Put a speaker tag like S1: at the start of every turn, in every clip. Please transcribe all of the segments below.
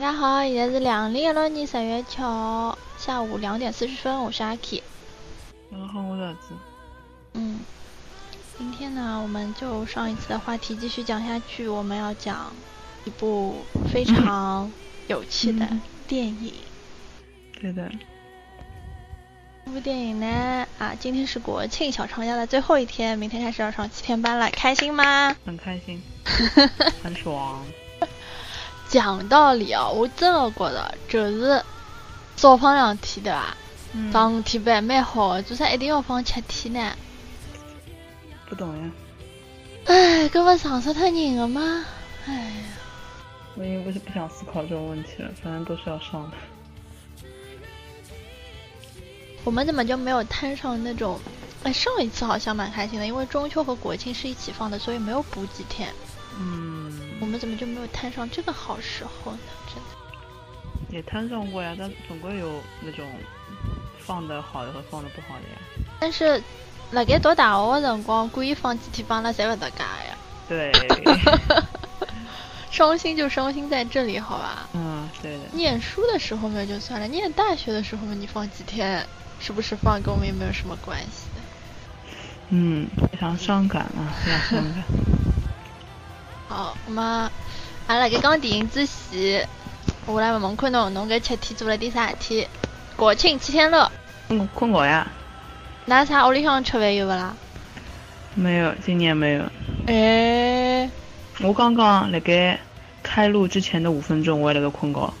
S1: 家好，现在是两零一六年十月七号下午两点四十分，我是阿 K。
S2: 然后我儿子，
S1: 嗯，今天呢，我们就上一次的话题继续讲下去，我们要讲一部非 常有趣的
S2: 嗯
S1: 电影。
S2: 对的，
S1: 这部电影呢，啊，今天是国庆小长假的最后一天，明天开始要上七天班了，开心吗？
S2: 很开心，很爽。
S1: 讲道理哦，我真的觉得就是少放两啊天，对吧？
S2: 嗯
S1: 放五天班蛮好的，做啥一定要放七天呢？
S2: 不懂呀，
S1: 唉，搿勿长死脱人了吗？唉呀，
S2: 我已经不是不想思考这个问题了，反正都是要上的。
S1: 我们怎么就没有摊上那种？哎，上一次好像蛮开心的，因为中秋和国庆是一起放的，所以没有补几天。我
S2: 嗯，
S1: 们怎么就没有摊上这个好时候呢？真的，
S2: 也摊上过呀，但总归有那种放的好的和放的不好的呀。
S1: 但是辣盖读大学的辰光，故意放几天帮拉侪勿搭界呀。
S2: 对，
S1: 伤心就伤心在这里，好吧？
S2: 嗯，对的，
S1: 念书的时候嘛也就算了，念大学的时候嘛你放几天，是不是放跟我们也没有什么关系的。
S2: 嗯，非常伤感啊，非常伤 感。
S1: 好，那么阿拉盖讲电影之前，我来问问看侬，侬搿七天做了点啥事体？国庆七天乐，
S2: 困嗯困过呀？
S1: 拿啥屋里向吃饭有勿啦？
S2: 没有，今年没有。
S1: 哎，
S2: 我刚刚辣盖开录之前的五分钟，我也辣盖困觉。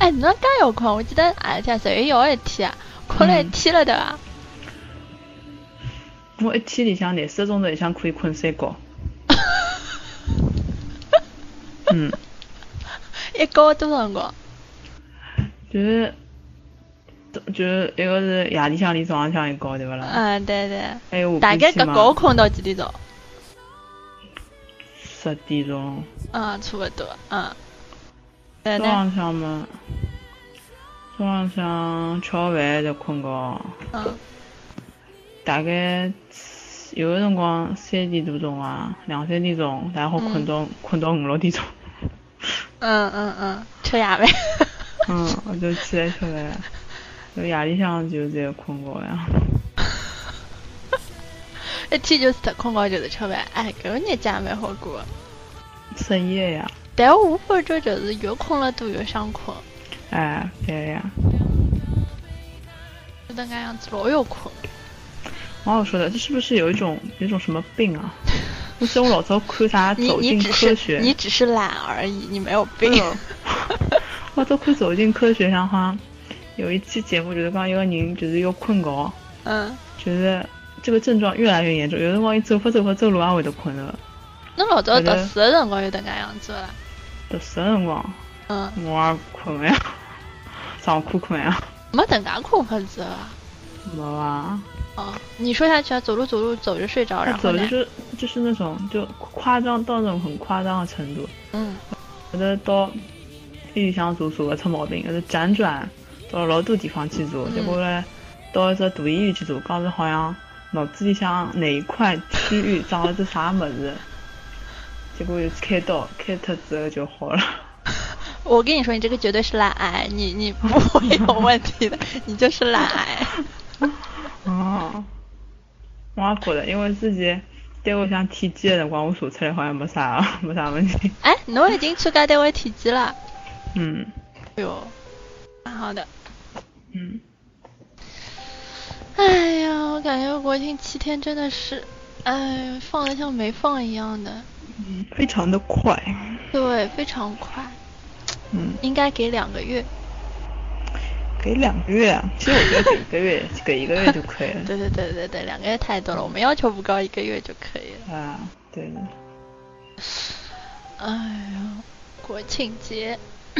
S1: 哎，侬介要困？我记得哎阿天十月一号一天啊，困了一天了对伐？
S2: 我一天里向廿四个钟头里向可以困三 觉。嗯，
S1: 一高多少辰光？
S2: 就是，就是一个是夜里向里早浪向一觉对勿啦？
S1: 嗯，对对，
S2: 还有
S1: 大概搿觉困到几点钟？
S2: 十点钟，
S1: 嗯，差勿多，嗯。对
S2: 早
S1: 呢，
S2: 浪向嘛，早浪向吃好饭再困觉，
S1: 嗯，
S2: 大概有个辰光三点多钟啊，两三点钟，然后困到困到五六点钟。
S1: 嗯嗯嗯，吃夜饭。
S2: 嗯，我就起来吃饭，就夜里向就直接困觉呀。
S1: 一天就是特困觉，就是吃饭，哎，搿个日节也蛮好过的。
S2: 失业呀，
S1: 但我感觉就是越困了多越想困，
S2: 哎，对呀。
S1: 就那个样子老有困。
S2: 蛮好说的，这是不是有一种有一种什么病啊？ 我记得我老早看啥《
S1: 你
S2: 走
S1: 你
S2: 进
S1: 只
S2: 科
S1: 是
S2: 学》
S1: 你只是懒而已，你没有病。
S2: 我老早看《走进科学》上好像有一期节目就是讲一个人就是又困觉，
S1: 嗯，
S2: 觉得这个症状越来越严重，有辰光伊走法走法走路也会得困的。
S1: 侬老早
S2: 好
S1: 读
S2: 的
S1: 书的辰光有迭个样子啦。
S2: 读书的辰光
S1: 嗯，
S2: 我也困呀， 上课困呀，
S1: 没迭个困法子吧？
S2: 没啊，
S1: 哦，你说下去啊，走路走路走着睡着，然后
S2: 走
S1: 呢
S2: 的？就是就是那种就夸张到那种很夸张的程度。
S1: 嗯，
S2: 我得到里向做做勿出毛病，我是辗转到老多地方去做，
S1: 嗯
S2: 结果嘞到一只大医院去做，讲是好像脑子里向哪一块区域长了只啥物事，结果就开刀，开脱之后就好了。
S1: 我跟你说，你这个绝对是懒癌，你你不会有问题 的，你就是懒癌。
S2: 哦，我也觉得，因为之前单位想体检的辰光，我查出来好像没啥，没啥问题。
S1: 哎，侬已经参加单位体检了？
S2: 嗯
S1: 哎呦，蛮好的。
S2: 嗯，
S1: 哎呀，我感觉国庆七天真的是，哎，放的像没放一样的。
S2: 非常的快。
S1: 对，非常快，
S2: 嗯，
S1: 应该给两个月。
S2: 给两个月啊，其实我觉得 给一个月，给一个月就可以了。
S1: 对对对对对，两个月太多了，我们要求不高，一个月就可以了。
S2: 啊，对的，
S1: 哎呀，国庆节，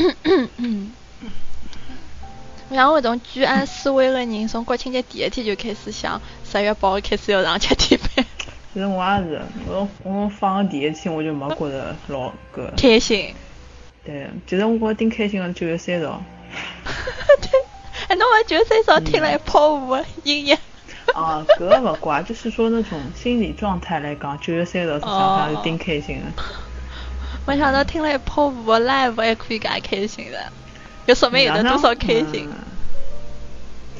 S1: 我想我这种居安思危的人，从国庆节第一天就开始想，十月八号开始要上七天 班，
S2: 其实我也是，我我放个第一天我就没觉得老搿，
S1: 开心。
S2: 对，其实我觉得挺开心的，九月三十号，
S1: 对，哎，侬勿觉得最少听
S2: 嗯
S1: 了一泡舞音乐？
S2: 啊，搿个勿怪，就是说那种心理状态来讲，九月三十号是想想就挺开心的，
S1: 没想到听了一泡舞 live 还可以介开心的，就说明有得多少开心。
S2: 嗯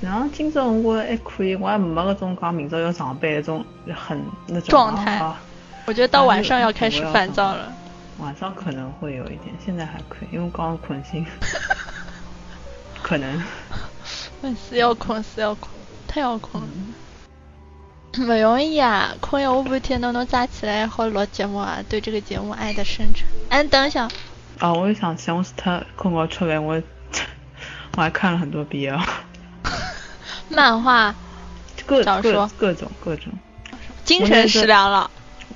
S2: 然后今朝我还可以，我还没搿种讲明朝要上班那种很那种
S1: 状态
S2: 啊
S1: 我觉得到晚上要开始烦躁了。
S2: 晚上可能会有一点，现在还可以，因为刚刚困醒， 可能。
S1: 嗯，是要困，是要困，太要困了。
S2: 嗯
S1: 不容易啊！困一下半天，拿侬扎起来好录节目啊！对这个节目爱的深沉。哎，等一下，
S2: 啊，我也想起，我是他困觉出来，我 我还看了很多 BL，
S1: 漫画
S2: 各
S1: 小
S2: 各
S1: 说
S2: 各种各种
S1: 精神食粮了，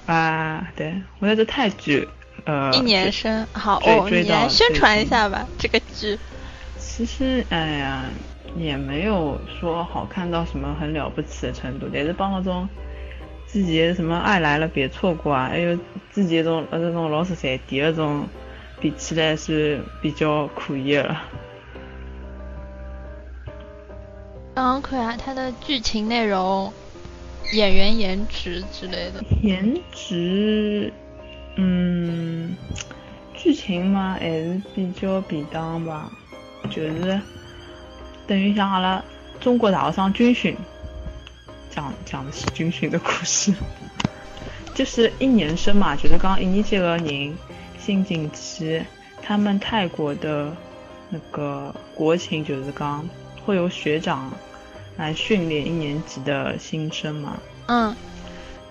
S2: 啊，对我在这泰剧，呃，
S1: 一年
S2: 是。
S1: 生。好
S2: 追
S1: 哦，
S2: 追
S1: 你
S2: 到
S1: 来宣
S2: 最
S1: 传一
S2: 近
S1: 下吧，这个剧。
S2: 其实，哎呀，也没有说好看到什么很了不起的程度，但是帮那种自己什么爱来了别错过啊，还有自己那种呃那种老十三点那种比起来是比较可以的了。
S1: 嗯，可以啊，它的剧情内容、演员颜值之类的。
S2: 颜值，嗯，剧情嘛还是比较便当吧，就是等于像阿拉中国大学生军训，讲讲的是军训的故事，就是一年生嘛，就是刚一年级的人新进去，他们泰国的那个国情就是刚会有学长来训练一年级的新生嘛，
S1: 嗯，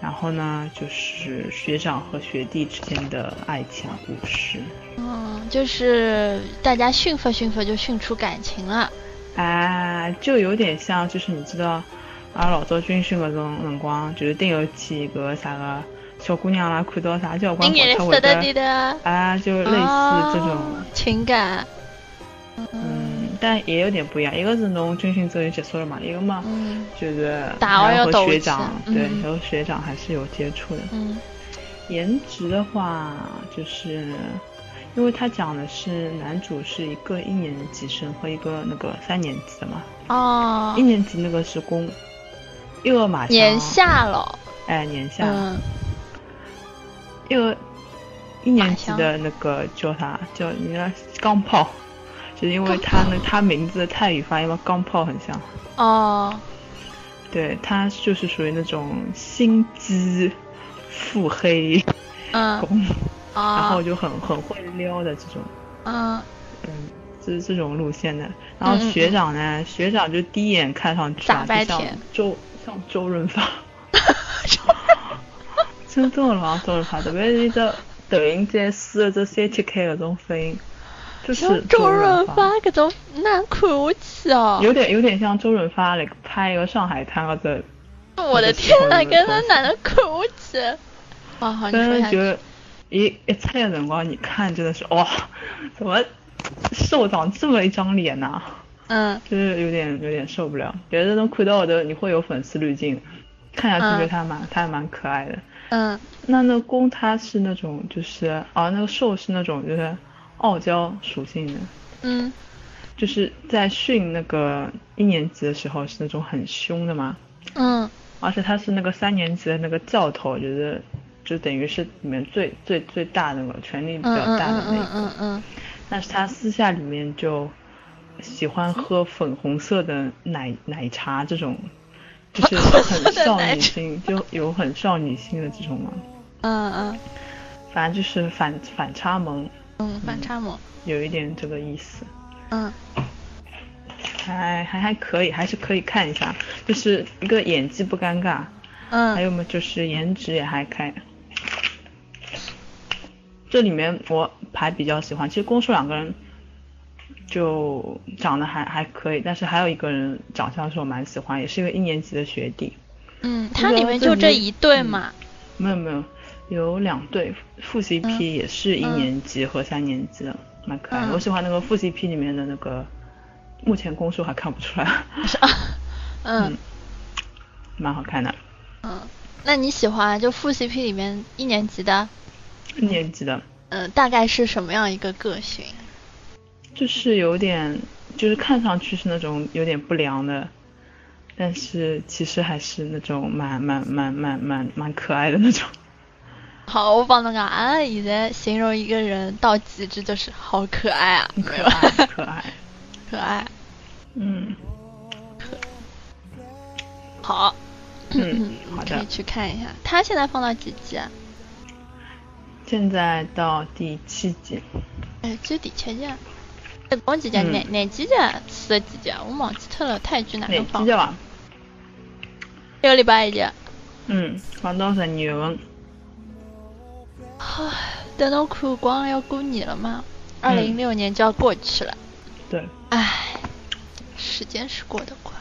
S2: 然后呢，就是学长和学弟之间的爱情故事。
S1: 嗯，就是大家驯服驯服就驯出感情了。
S2: 啊，就有点像，就是你知道，阿拉老早军训搿种辰光，就是定有几个啥个小姑娘啦，看到啥教官
S1: 你也是
S2: 跑她
S1: 得
S2: 会
S1: 得滴
S2: 得，
S1: 的，
S2: 啊，就类似这种
S1: 哦，情哦感。
S2: 嗯，但也有点不一样。一个是侬军训之后就结束了嘛，一个嘛，
S1: 嗯
S2: 就是
S1: 打完
S2: 还
S1: 要
S2: 和
S1: 斗
S2: 学
S1: 气
S2: 长，对，
S1: 嗯
S2: 和学长还是有接触的。
S1: 嗯
S2: 颜值的话，就是因为他讲的是男主是一个一年级生和一个那个三年级的嘛，
S1: 哦
S2: 一，年级那个是公，一个马上
S1: 年下了。
S2: 哎年下，
S1: 嗯，
S2: 一个一年级
S1: 马
S2: 的那个叫啥叫人家钢炮，就是因为他那他名字的泰语发音嘛，钢炮很像，
S1: 哦，
S2: 对他就是属于那种心机腹黑
S1: 嗯，
S2: 攻，然后
S1: 哦，
S2: 就很很会撩的这种。
S1: 嗯，
S2: 嗯，就是这种路线的。然后
S1: 嗯嗯
S2: 学长呢，学长就第一眼看上去
S1: 傻
S2: 啊，
S1: 白
S2: 就
S1: 甜
S2: 像周像周润 发，真的了啊，周润发，特别是这抖音界撕了这三七 K 的这种声音，就是
S1: 像周润
S2: 润
S1: 发搿种难看下去哦。
S2: 有点有点像周润发那个拍一个上海滩啊或者，
S1: 我的天呐，跟他哪能看下去？哦，好，你
S2: 但
S1: 说
S2: 是
S1: 下
S2: 觉
S1: 去。
S2: 得一一猜的辰光，你看真的是哇，怎么瘦长这么一张脸呐、
S1: 嗯，
S2: 就是有点有点受不了，觉得能看到我的你会有粉丝滤镜，看下去觉得他蛮、他还蛮可爱的。
S1: 嗯，
S2: 那那公他是那种就是啊那个兽是那种就是傲娇属性的，
S1: 嗯，
S2: 就是在训那个一年级的时候是那种很凶的嘛，
S1: 嗯，
S2: 而且他是那个三年级的那个教头，就是就等于是里面最最最大的那个权力比
S1: 嗯，嗯，
S2: 较大的
S1: 嗯，
S2: 那一个。
S1: 嗯，嗯，嗯，
S2: 但是他私下里面就喜欢喝粉红色的奶奶茶这种，就是很少女心，就有很少女心的这种嘛。
S1: 嗯，嗯，
S2: 反正就是反反差萌，
S1: 嗯，反差萌。
S2: 有一点这个意思，
S1: 嗯，
S2: 还还还可以，还是可以看一下，就是一个演技不尴尬，还
S1: 嗯，
S2: 有嘛就是颜值也还可以。这里面我还比较喜欢，其实公叔两个人就长得还还可以，但是还有一个人长相是我蛮喜欢，也是一个一年级的学弟。
S1: 嗯，它里面就这一对
S2: 嗯
S1: 嘛。
S2: 没有没有，有两对副 CP 也是一年级和三年级的，蛮可爱的。
S1: 嗯
S2: 我喜欢那个副 CP 里面的那个，目前公叔还看不 出来，
S1: 啊嗯，
S2: 蛮好看的。
S1: 嗯，那你喜欢就副 CP 里面一年级的，
S2: 一年级的，
S1: 嗯，大概是什么样一个个性？啊
S2: 就是有点，就是看上去是那种有点不良的，但是其实还是那种蛮蛮蛮蛮蛮蛮可爱的那种。
S1: 好，我帮侬讲，阿拉现啊在形容一个人到极致就是好可爱啊，
S2: 可爱可爱，
S1: 可爱，
S2: 嗯
S1: 好，
S2: 嗯，好
S1: 可以
S2: 的，
S1: 去看一下。他现在放到几集啊？
S2: 现在到第七集，
S1: 哎，只有第七集啊。哎，光几集啊？
S2: 嗯
S1: 哪哪几集啊？四十几集啊？我忘记脱了，泰剧哪
S2: 哪
S1: 能
S2: 几
S1: 放
S2: 集？伐？
S1: 一个礼拜一集。
S2: 嗯，放到十二月份，
S1: 等侬看光了要过年了嘛，二
S2: 嗯
S1: 零一六年就要过去了。
S2: 对，
S1: 唉，时间是过得快。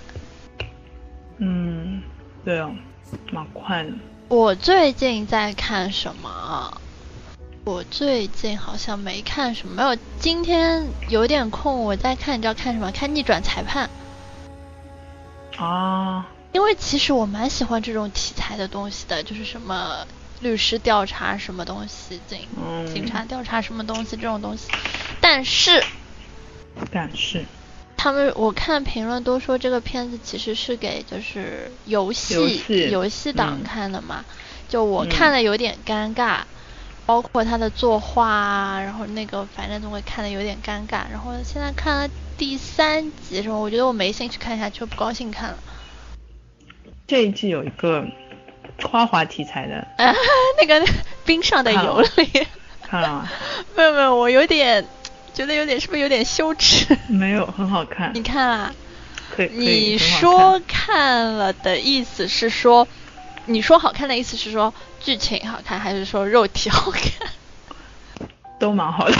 S2: 嗯，对哦，蛮快的，
S1: 我最近在看什么啊？我最近好像没看什么，没有。今天有点空，我在看，你知道看什么？看《逆转裁判》，
S2: 啊，
S1: 因为其实我蛮喜欢这种题材的东西的，就是什么律师调查什么东西，警
S2: 嗯，
S1: 警察调查什么东西这种东西。但是
S2: 但是
S1: 他们我看评论都说这个片子其实是给就是游戏
S2: 游戏
S1: 党
S2: 嗯
S1: 看的嘛，就我
S2: 嗯
S1: 看的有点尴尬，包括他的作画啊，然后那个反正总会看的有点尴尬。然后现在看了第三集的时候，我觉得我没兴趣看下去，我不高兴看了。
S2: 这一季有一个花滑题材的，
S1: 啊， 那个冰上的
S2: 看
S1: 游
S2: 了
S1: 历，
S2: 看了吗？
S1: 没有没有，我有点觉得有点是不是有点羞耻？
S2: 没有，很好看
S1: 你，看啊，
S2: 可以可以，
S1: 你
S2: 很好
S1: 说看了的意思是说，你说好看的意思是说剧情好看，还是说肉体好看？
S2: 看都蛮好的，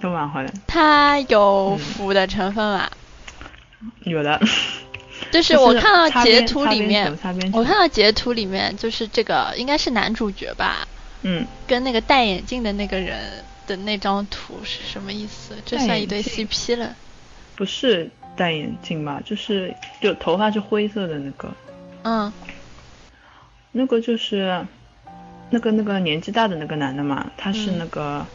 S2: 都蛮好的，
S1: 它有
S2: 嗯
S1: 腐的成分吧？
S2: 有的，
S1: 就是
S2: 就
S1: 我
S2: 是
S1: 看到
S2: 擦
S1: 截
S2: 边
S1: 图
S2: 擦
S1: 里
S2: 边
S1: 面
S2: 球擦边，球
S1: 我看到截图里面就是这个应该是男主角吧，
S2: 嗯，
S1: 跟那个戴眼镜的那个人的那张图是什么意思？这
S2: 戴
S1: 算
S2: 眼
S1: 一对
S2: 镜
S1: CP 了。
S2: 不是戴眼镜吧，就是就头发是灰色的那个，
S1: 嗯
S2: 那个就是那个那个年纪大的那个男的嘛，他是
S1: 嗯
S2: 那个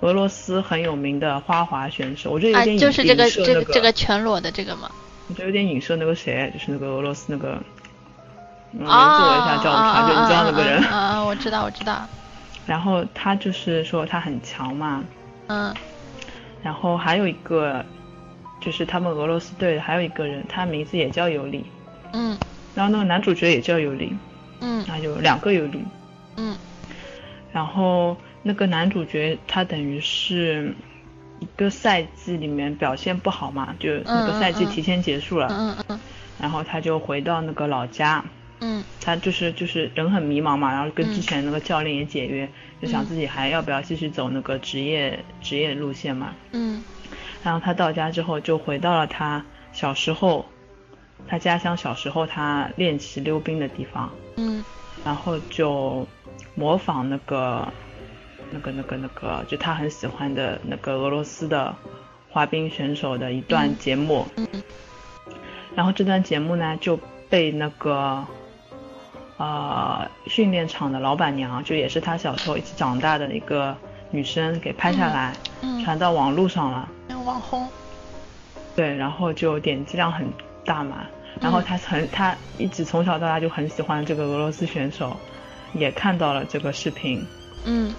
S2: 俄罗斯很有名的花滑选手，我觉得有
S1: 啊，
S2: 点影、
S1: 就是这
S2: 影
S1: 个
S2: 射
S1: 这
S2: 那
S1: 个这个全裸的这个嘛。
S2: 我觉得有点影射那个谁，就是那个俄罗斯那个。嗯，名字我一
S1: 啊
S2: 下叫不出来，就你知道那个人。
S1: 啊啊啊啊啊！我知道我知道。
S2: 然后他就是说他很强嘛，
S1: 嗯
S2: 然后还有一个就是他们俄罗斯队的还有一个人，他名字也叫尤里，
S1: 嗯
S2: 然后那个男主角也叫尤里，
S1: 嗯
S2: 那就两个尤里。
S1: 嗯。
S2: 然后那个男主角他等于是一个赛季里面表现不好嘛，就那个赛
S1: 嗯
S2: 季
S1: 嗯嗯
S2: 提前结束了，
S1: 嗯嗯
S2: 然后他就回到那个老家，
S1: 嗯
S2: 他就是就是人很迷茫嘛，然后跟
S1: 嗯
S2: 之前那个教练也解约，就想
S1: 嗯
S2: 自己还要不要继续走那个职业职业路线嘛。
S1: 嗯
S2: 然后他到家之后就回到了他小时候，他家乡小时候他练习溜冰的地方，
S1: 嗯
S2: 然后就模仿那个那个那个那个，就他很喜欢的那个俄罗斯的滑冰选手的一段
S1: 嗯
S2: 节目。
S1: 嗯
S2: 然后这段节目呢就被那个呃训练场的老板娘，就也是他小时候一起长大的一个女生给拍下来，
S1: 嗯
S2: 传到网络上了。
S1: 嗯，网红。
S2: 对，然后就点击量很大嘛。然后
S1: 嗯
S2: 他很他一直从小到大就很喜欢这个俄罗斯选手，也看到了这个视频，
S1: 嗯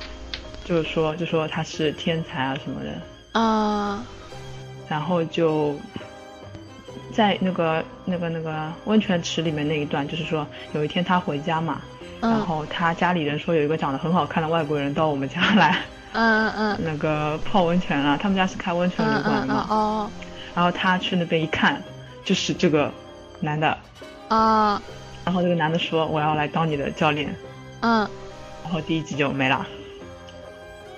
S2: 就是说就说他是天才啊什么的。
S1: 啊
S2: 然后就在那个那个那个温泉池里面那一段，就是说有一天他回家嘛，然
S1: 嗯
S2: 后他家里人说有一个长得很好看的外国人到我们家来
S1: 嗯嗯
S2: 那个泡温泉啊，他们家是开温泉
S1: 嗯
S2: 旅馆的
S1: 嗯
S2: 嘛，
S1: 哦
S2: 然后他去那边一看，就是这个男的，
S1: 啊
S2: 然后这个男的说我要来当你的教练，
S1: 嗯，
S2: 然后第一集就没了，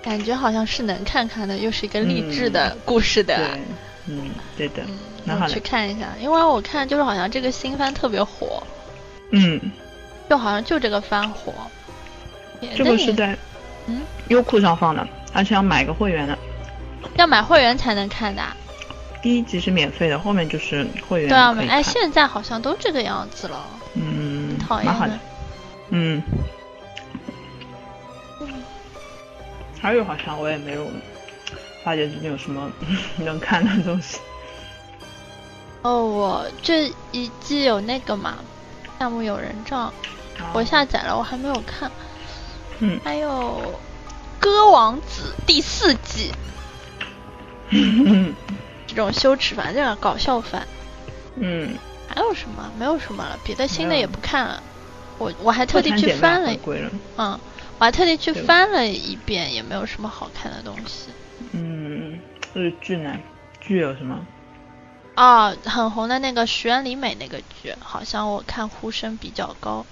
S1: 感觉好像是能看看的，又是一个励志的故事
S2: 对
S1: 的。，
S2: 嗯，对的，
S1: 嗯，
S2: 蛮好
S1: 我去
S2: 的，
S1: 看一下，因为我看就是好像这个新番特别火，
S2: 嗯，
S1: 就好像就这个番火。
S2: 这个是在
S1: 嗯
S2: 优酷上放的，而且要买个会员的。
S1: 要买会员才能看的啊。
S2: 第一集是免费的，后面就是会员
S1: 对啊，
S2: 可以
S1: 哎，
S2: 看
S1: 现在好像都这个样子了，
S2: 嗯，
S1: 讨
S2: 蛮
S1: 厌啊
S2: 好
S1: 的
S2: 的，。嗯。
S1: 嗯
S2: 还有好像我也没有发觉最近有什么 能看的东西。
S1: 哦，我这一季有那个嘛，《夏目友人帐》，我下载了，我还没有看。
S2: 嗯
S1: 还有《歌王子》第四季
S2: 嗯
S1: 这种羞耻番，这种搞笑番，
S2: 嗯，
S1: 还有什么？没有什么了，别的新的
S2: 没有
S1: 也不看了。我我还特
S2: 破
S1: 地
S2: 产
S1: 去
S2: 姐妹
S1: 翻了
S2: 回，归了，
S1: 嗯，我还特地去
S2: 对吧
S1: 翻了一遍，也没有什么好看的东西。
S2: 嗯，日剧呢？剧有什么？
S1: 啊，很红的那个石原里美那个剧，好像我看呼声比较高，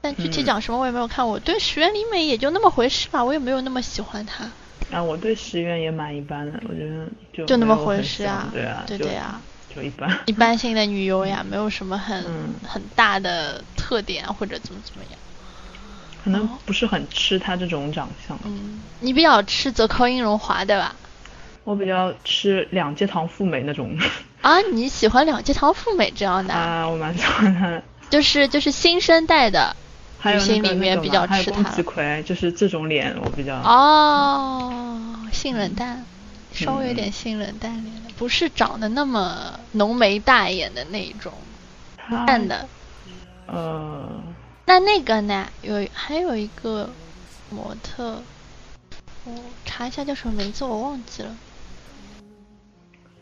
S1: 但具体
S2: 嗯
S1: 讲什么我也没有看。我对石原里美也就那么回事吧，我也没有那么喜欢她，
S2: 啊，我对石原也蛮一般的，我觉得就
S1: 就那
S2: 没
S1: 么
S2: 有
S1: 回
S2: 很
S1: 事
S2: 喜欢
S1: 啊
S2: 对啊，
S1: 对
S2: 就
S1: 的呀，
S2: 就一般。
S1: 一般性的女优呀，没有什么很、
S2: 嗯
S1: 很大的特点啊或者怎么怎么样。
S2: 可能不是很吃他这种长相。
S1: 嗯，你比较吃泽口英荣华对吧？
S2: 我比较吃两阶堂富美那种
S1: 啊，你喜欢两阶堂富美这样的啊，
S2: 啊，我蛮喜欢他的。
S1: 就是就是新生代的
S2: 还有那
S1: 女
S2: 个
S1: 性里面
S2: 那种
S1: 比较
S2: 嘛还有
S1: 吃
S2: 宫
S1: 他
S2: 崎葵，就是这种脸我比较。
S1: 哦，性冷淡，稍微有
S2: 嗯
S1: 点性冷淡脸的，不是长得那么浓眉大眼的那一种
S2: 他
S1: 淡。的。
S2: 呃，
S1: 那那个呢？有还有一个模特，我查一下叫什么名字，我忘记了。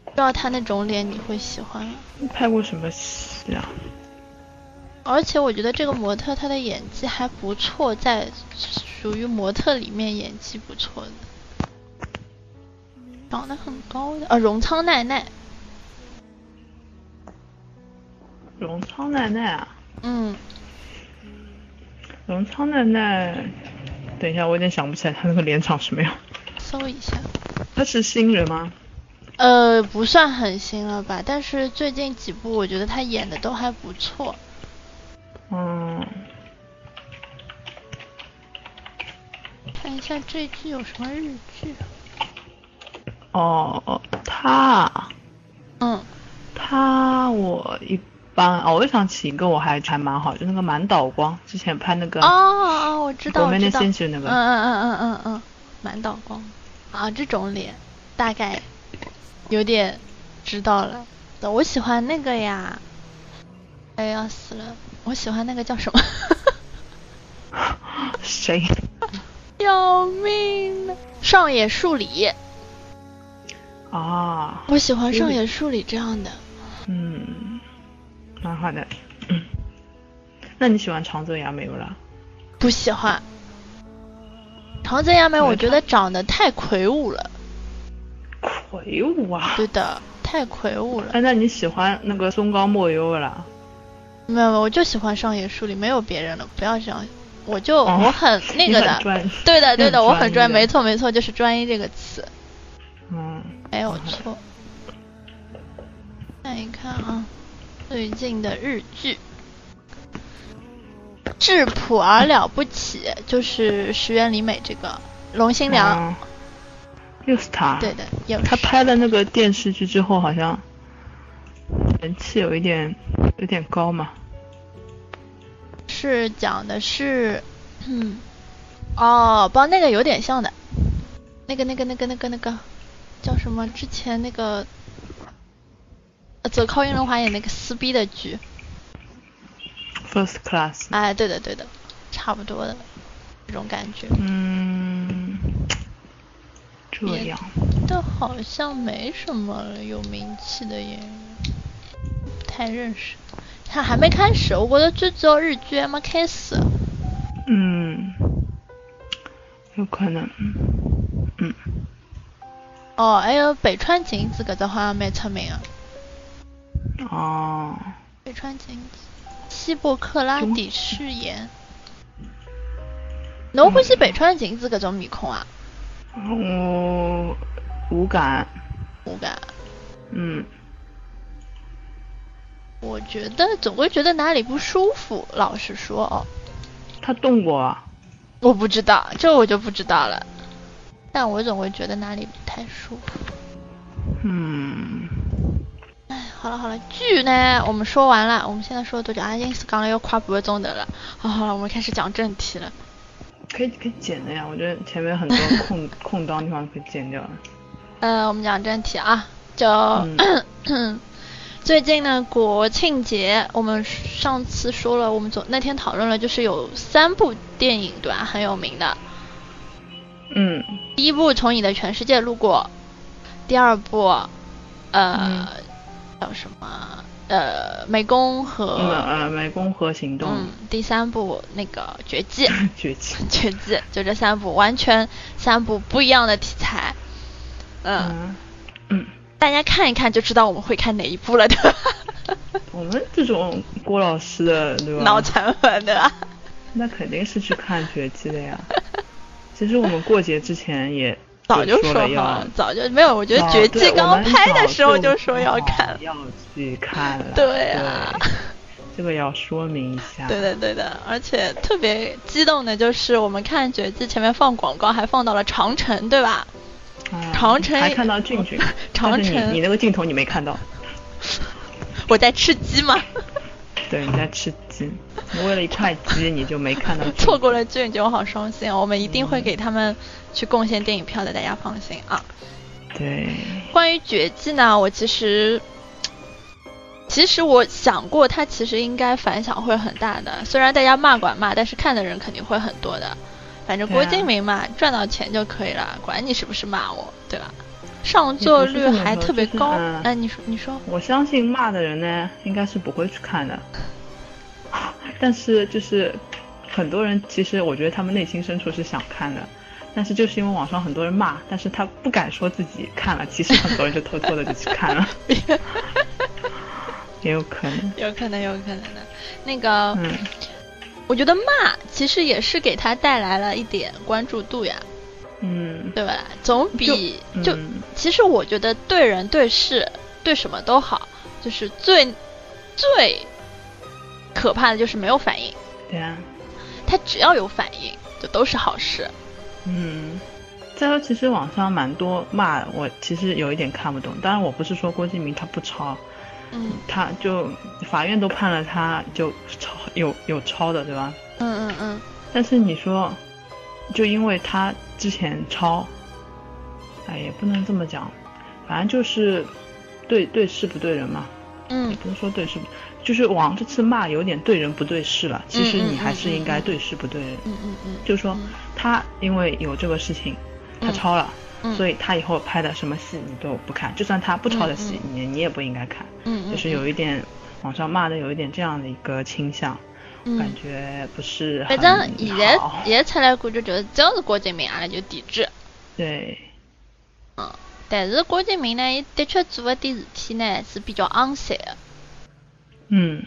S1: 不知道她那种脸你会喜欢，
S2: 拍过什么戏啊？
S1: 而且我觉得这个模特她的演技还不错，在属于模特里面演技不错的，长得很高的，呃，荣仓奈奈，
S2: 荣昌奈奈啊，
S1: 嗯，
S2: 荣昌奈奈。等一下，我有点想不起来她那个脸长什么样。
S1: 搜一下。
S2: 她是新人吗？
S1: 呃，不算很新了吧，但是最近几部我觉得他演的都还不错。
S2: 嗯，
S1: 看一下这剧有什么日剧？啊
S2: 哦，她啊。
S1: 嗯，
S2: 他我一般哦，我又想起一个我还还蛮好，就那个满岛光之前拍那个
S1: 哦哦，我知道，
S2: 国
S1: 我
S2: 民
S1: 知
S2: 的
S1: 道。
S2: 兴趣那
S1: 嗯
S2: 个，
S1: 嗯嗯嗯嗯嗯，满岛光啊，这种脸大概有点知道了。我喜欢那个呀，哎呀死了，我喜欢那个叫什么？
S2: 谁？
S1: 要命啊！上野树里，
S2: 啊，
S1: 我喜欢上
S2: 嗯
S1: 野树里这样的。
S2: 嗯，蛮好的。 嗯那你喜欢长泽雅美不啦？
S1: 不喜欢。长泽雅美，我觉得长得太魁梧了，
S2: 魁梧啊！
S1: 对的，太魁梧了。
S2: 哎，那你喜欢那个松冈莫优不啦？
S1: 没有，没有我就喜欢上野树里，没有别人了，不要这样。我就、
S2: 哦
S1: 我 很那
S2: 你
S1: 个
S2: 很
S1: 的，
S2: 专
S1: 对的对
S2: 你
S1: 的，
S2: 很
S1: 我很专，
S2: 专一的
S1: 没错没错，就是专一这个词，
S2: 嗯，
S1: 没有错。看一看啊，最近的日剧。质朴而了不起，就是石原里美这个龙心凉，
S2: 嗯，又是他。
S1: 对的，也
S2: 他
S1: 是
S2: 拍了那个电视剧之后，好像人气有一点有点高嘛。
S1: 是讲的 是，嗯，哦，帮那个有点像的，那个那个那个那个那个叫什么？之前那个呃泽靠英龙华演那个撕逼的剧，
S2: First class。
S1: 哎，对的对的，差不多的这种感觉。
S2: 嗯，这
S1: 别
S2: 样，
S1: 但好像没什么有名气的演员，不太认识。他还没开始，我觉得就只有日剧还没开始。
S2: 嗯，有可能，嗯，
S1: 哦，还有北川景子搿只好像蛮出名啊。
S2: 哦，
S1: 北川景子，希波克拉
S2: 中
S1: 底誓言。侬欢喜北川景子搿种面孔啊？
S2: 我无感，
S1: 我感，
S2: 嗯，
S1: 我觉得总归觉得哪里不舒服。老实说哦，
S2: 他动过啊，
S1: 我不知道，这我就不知道了。但我总会觉得哪里不太舒服。
S2: 嗯，
S1: 哎，好了好了，剧呢我们说完了，我们现在说了多久啊？英斯讲了要快半个钟头了。好好了，我们开始讲正题了。
S2: 可以可以剪的呀，我觉得前面很多空空档地方可以剪掉了，
S1: 呃，我们讲正题啊，就、，
S2: 嗯
S1: 最近呢，国庆节，我们上次说了，我们昨那天讨论了，就是有三部电影对吧，很有名的。
S2: 嗯
S1: 第一部《从你的全世界路过》，第二部，呃
S2: 嗯，
S1: 叫什么？呃，湄公河。
S2: 嗯呃，湄公河行动
S1: 嗯，第三部那个《绝技》，
S2: 崛起，
S1: 《绝技》就这三部，完全三部不一样的题材。嗯，
S2: 嗯嗯，
S1: 大家看一看就知道我们会看哪一部了，对吧？
S2: 我们这种郭老师的对吧？
S1: 脑残粉，对吧？
S2: 那肯定是去看《绝技》的呀。 其实我们过节之前也
S1: 早就
S2: 说
S1: 说好
S2: 要，
S1: 了，早就没有。我觉得
S2: 啊
S1: 《绝技
S2: 对》
S1: 刚
S2: 我
S1: 刚
S2: 们
S1: 拍的
S2: 早
S1: 时候
S2: 就
S1: 说要
S2: 说
S1: 看
S2: 好，要去看了。
S1: 对啊
S2: 对这个要说明一下。
S1: 对的对的，而且特别激动的就是我们看《绝技》前面放广告，还放到了长城，对吧？
S2: 啊
S1: 长城
S2: 还看到 俊俊，
S1: 长
S2: 但是
S1: 城
S2: 你你那个镜头你没看到，
S1: 我在吃鸡嘛，
S2: 对，你在吃鸡，你为了一块鸡你就没 看到俊俊，
S1: 错过了俊就好伤心啊！我们一定会给他们去贡献电影票的，大家放心啊。
S2: 对，
S1: 关于绝技呢，我其实，其实我想过，它其实应该反响会很大的。虽然大家骂管骂，但是看的人肯定会很多的。反正
S2: 对啊
S1: 郭敬明嘛，赚到钱就可以了，管你是不是骂我，对吧？上座率还特别高。
S2: 也不是这么说就是嗯
S1: 哎，你说，你说，
S2: 我相信骂的人呢应该是不会去看的，但是就是很多人其实我觉得他们内心深处是想看的。但是就是因为网上很多人骂，但是他不敢说自己看了，其实很多人就偷偷的就去看了，也有可能。
S1: 有可能，有可能的。那个，
S2: 嗯，
S1: 我觉得骂其实也是给他带来了一点关注度呀，
S2: 嗯，
S1: 对吧？总比就
S2: 嗯
S1: 其实我觉得对人对事对什么都好，就是最最可怕的就是没有反应。
S2: 对啊，
S1: 他只要有反应，就都是好事。
S2: 嗯，再说其实网上蛮多骂我，其实有一点看不懂。当然，我不是说郭敬明他不抄，
S1: 嗯
S2: 他就法院都判了他就抄有有抄的，对吧？
S1: 嗯嗯嗯，
S2: 但是你说，就因为他之前抄，哎，也不能这么讲，反正就是对对事不对人嘛，
S1: 嗯
S2: 不是说对事不，就是网这次骂有点对人不对事了。其实
S1: 嗯嗯
S2: 你还是
S1: 嗯嗯
S2: 应该
S1: 嗯
S2: 对事不对人，
S1: 嗯嗯嗯
S2: 就说
S1: 嗯
S2: 他因为有这个事情，他
S1: 嗯
S2: 抄了。
S1: 嗯，
S2: 所
S1: 以
S2: 以他以后拍的什么戏你都不看，就算他不抄的戏，你你也不应该看，
S1: 嗯
S2: 就是有一点网上骂的有一点这样的一个倾向，
S1: 嗯
S2: 感。觉不是
S1: 反
S2: 很
S1: 正现在
S2: 好。
S1: 现在出来感觉就是，只要是郭敬明，阿拉就抵制。
S2: 对，
S1: 但是郭敬明呢，伊的确做的点事体呢是比较肮脏的。
S2: 嗯，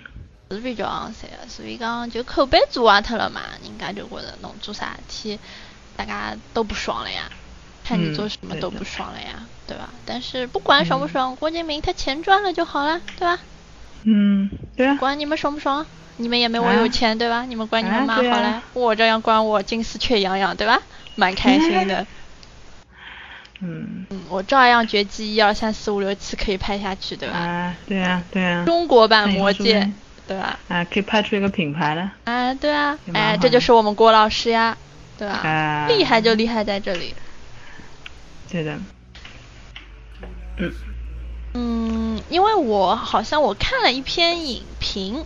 S1: 是比较昂塞的，所以讲就口碑做坏啊脱了嘛，人家就觉着侬做啥事体，大家都不爽了呀，看你
S2: 嗯
S1: 做什么
S2: 对
S1: 都
S2: 的
S1: 不爽了呀，对吧？但是不管爽不
S2: 嗯
S1: 爽，郭敬明他钱赚了就好了，对吧？
S2: 嗯，对啊，
S1: 管你们爽不爽，你们也没我有
S2: 啊
S1: 钱，对吧？你们管你们
S2: 啊
S1: 妈好
S2: 对啊
S1: 了，我照样管我金丝雀痒痒，对吧？蛮开心
S2: 哎
S1: 的，
S2: 嗯，
S1: 嗯，我照样绝技一二三四五六七可以拍下去，对吧？
S2: 啊，对啊，对啊，
S1: 中国版
S2: 那以后
S1: 魔
S2: 说
S1: 戒
S2: 明，
S1: 对吧？
S2: 啊，可以拍出一个品牌了，
S1: 啊，对啊，
S2: 也蛮
S1: 哎，
S2: 好
S1: 这就
S2: 的
S1: 是我们郭老师呀，对吧？
S2: 啊，
S1: 厉害就厉害在这里。
S2: 对的，嗯
S1: 嗯，因为我好像我看了一篇影评，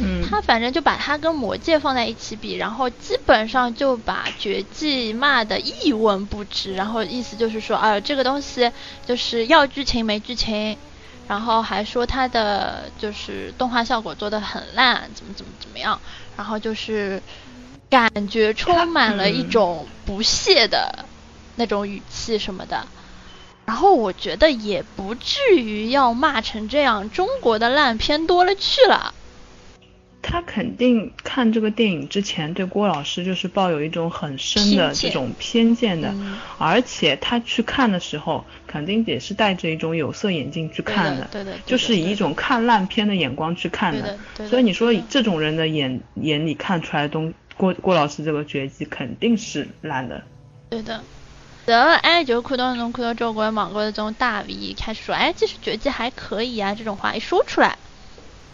S2: 嗯，
S1: 他反正就把它跟《魔戒》放在一起比，然后基本上就把《绝技》骂的一文不值，然后意思就是说，啊，这个东西就是要剧情没剧情，然后还说它的就是动画效果做的很烂，怎么怎么怎么样，然后就是感觉充满了一
S2: 嗯
S1: 种不屑的那种语气什么的。然后我觉得也不至于要骂成这样，中国的烂片多了去了。
S2: 他肯定看这个电影之前对郭老师就是抱有一种很深的
S1: 偏见
S2: 这种偏见的，
S1: 嗯
S2: 而且他去看的时候肯定也是戴着一种有色眼镜去看
S1: 对的，对的，对的
S2: 就是以一种看烂片的眼光去看
S1: 对
S2: 的。
S1: 的，对的
S2: 所以你说
S1: 对
S2: 以
S1: 的
S2: 这种人的眼眼里看出来的东郭郭老师这个绝技肯定是烂的。
S1: 对的。然后哎，就看到侬看到交关网高头这种大 V 开始说，哎，其实绝技还可以啊，这种话一说出来，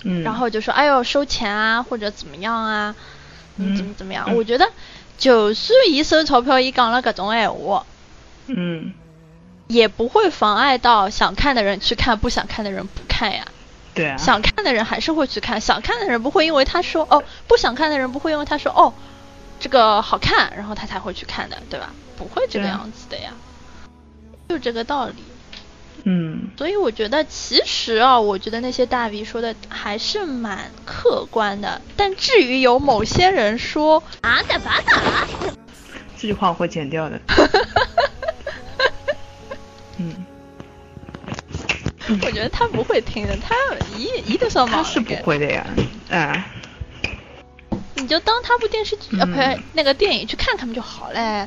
S2: 嗯，
S1: 然后就说，哎呦，收钱啊，或者怎么样啊，嗯，
S2: 嗯
S1: 怎么怎么样？
S2: 嗯
S1: 我觉得，就算伊收钞票，伊讲了搿种哎闲话，
S2: 嗯，
S1: 也不会妨碍到想看的人去看，不想看的人不看呀。
S2: 对啊，
S1: 想看的人还是会去看，想看的人不会因为他说哦，不想看的人不会因为他说哦，这个好看，然后他才会去看的，对吧？不会这个
S2: 对啊
S1: 样子的呀，就这个道理。
S2: 嗯
S1: 所以我觉得，其实啊，我觉得那些大 V 说的还是蛮客观的。但至于有某些人说 啊的吧的，
S2: 这句话我会剪 掉的。嗯，
S1: 我觉得他不会听的，他一一定算
S2: 他是不会的呀，哎，
S1: 你就当它部电视剧、呃，不是
S2: 嗯
S1: 那个电影去看看不就好嘞，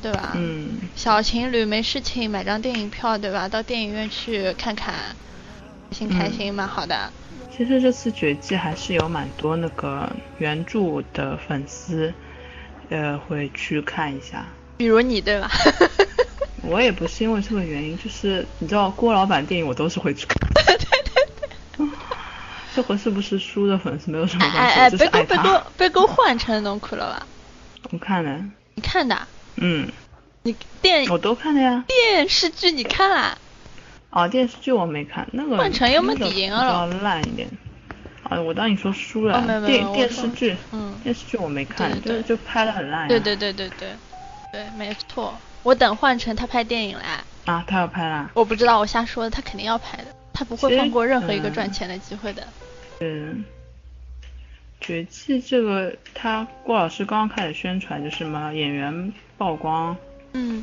S1: 对吧？
S2: 嗯，
S1: 小情侣没事情买张电影票，对吧？到电影院去看看，开心开心，蛮好的。
S2: 其实这次绝技还是有蛮多那个原著的粉丝，呃，会去看一下。
S1: 比如你，对 吧？
S2: 我也不是因为这个原因，就是你知道郭老板电影我都是会 去看。对对对。这和是不是书的粉丝没有什么
S1: 哎
S2: 关系，
S1: 哎哎，
S2: 我就
S1: 别
S2: 是爱
S1: 给别
S2: 他
S1: 给。别给我换成侬看了吧？
S2: 我看了，
S1: 你看的啊，
S2: 嗯，
S1: 你电
S2: 我都看了呀。
S1: 电视剧你看啦？
S2: 哦，电视剧我没看，那个
S1: 换成又没
S2: 那个
S1: 电影
S2: 比
S1: 了
S2: 较烂一点。啊，我当你说书
S1: 哦
S2: 了
S1: 没有，没有
S2: 电
S1: 我
S2: 电
S1: 说
S2: 视剧，
S1: 嗯
S2: 电视剧我没看，
S1: 对对
S2: 就就拍的很烂呀。
S1: 对对对对对，对，没错。我等换成他拍电影啦，
S2: 啊，他要拍啦。
S1: 我不知道，我瞎说的，他肯定要拍的，他不
S2: 其
S1: 会
S2: 实
S1: 放过任何一个
S2: 嗯
S1: 赚钱的机会的。
S2: 嗯，绝技这个，他郭老师刚刚开始宣传，就是什么演员曝光，
S1: 嗯，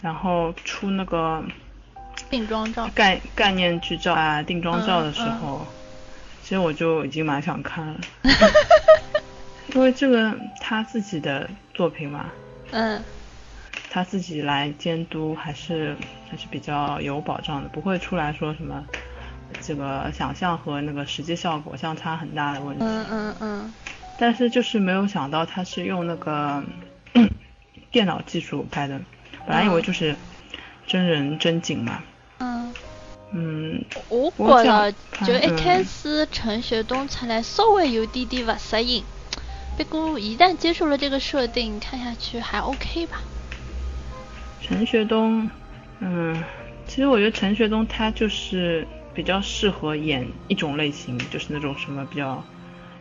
S2: 然后出那个
S1: 定妆照。
S2: 概概念剧照啊、定妆照的时
S1: 嗯嗯
S2: 候，其实我就已经蛮想看 了，因为这个他自己的作品嘛，
S1: 嗯，
S2: 他自己来监督还是还是比较有保障的，不会出来说什么这个想象和那个实际效果相差很大的问题。
S1: 嗯嗯嗯，
S2: 但是就是没有想到他是用那个 电脑技术拍的，本来以为就是真人真景嘛，
S1: 嗯，
S2: 嗯，
S1: 我觉
S2: 我这样
S1: 着就
S2: 看
S1: 一开
S2: 嗯
S1: 始陈学冬出来稍微有点点不适应，不过一旦接受了这个设定，看下去还 OK 吧。
S2: 陈学冬，嗯，其实我觉得陈学冬他就是比较适合演一种类型，就是那种什么比较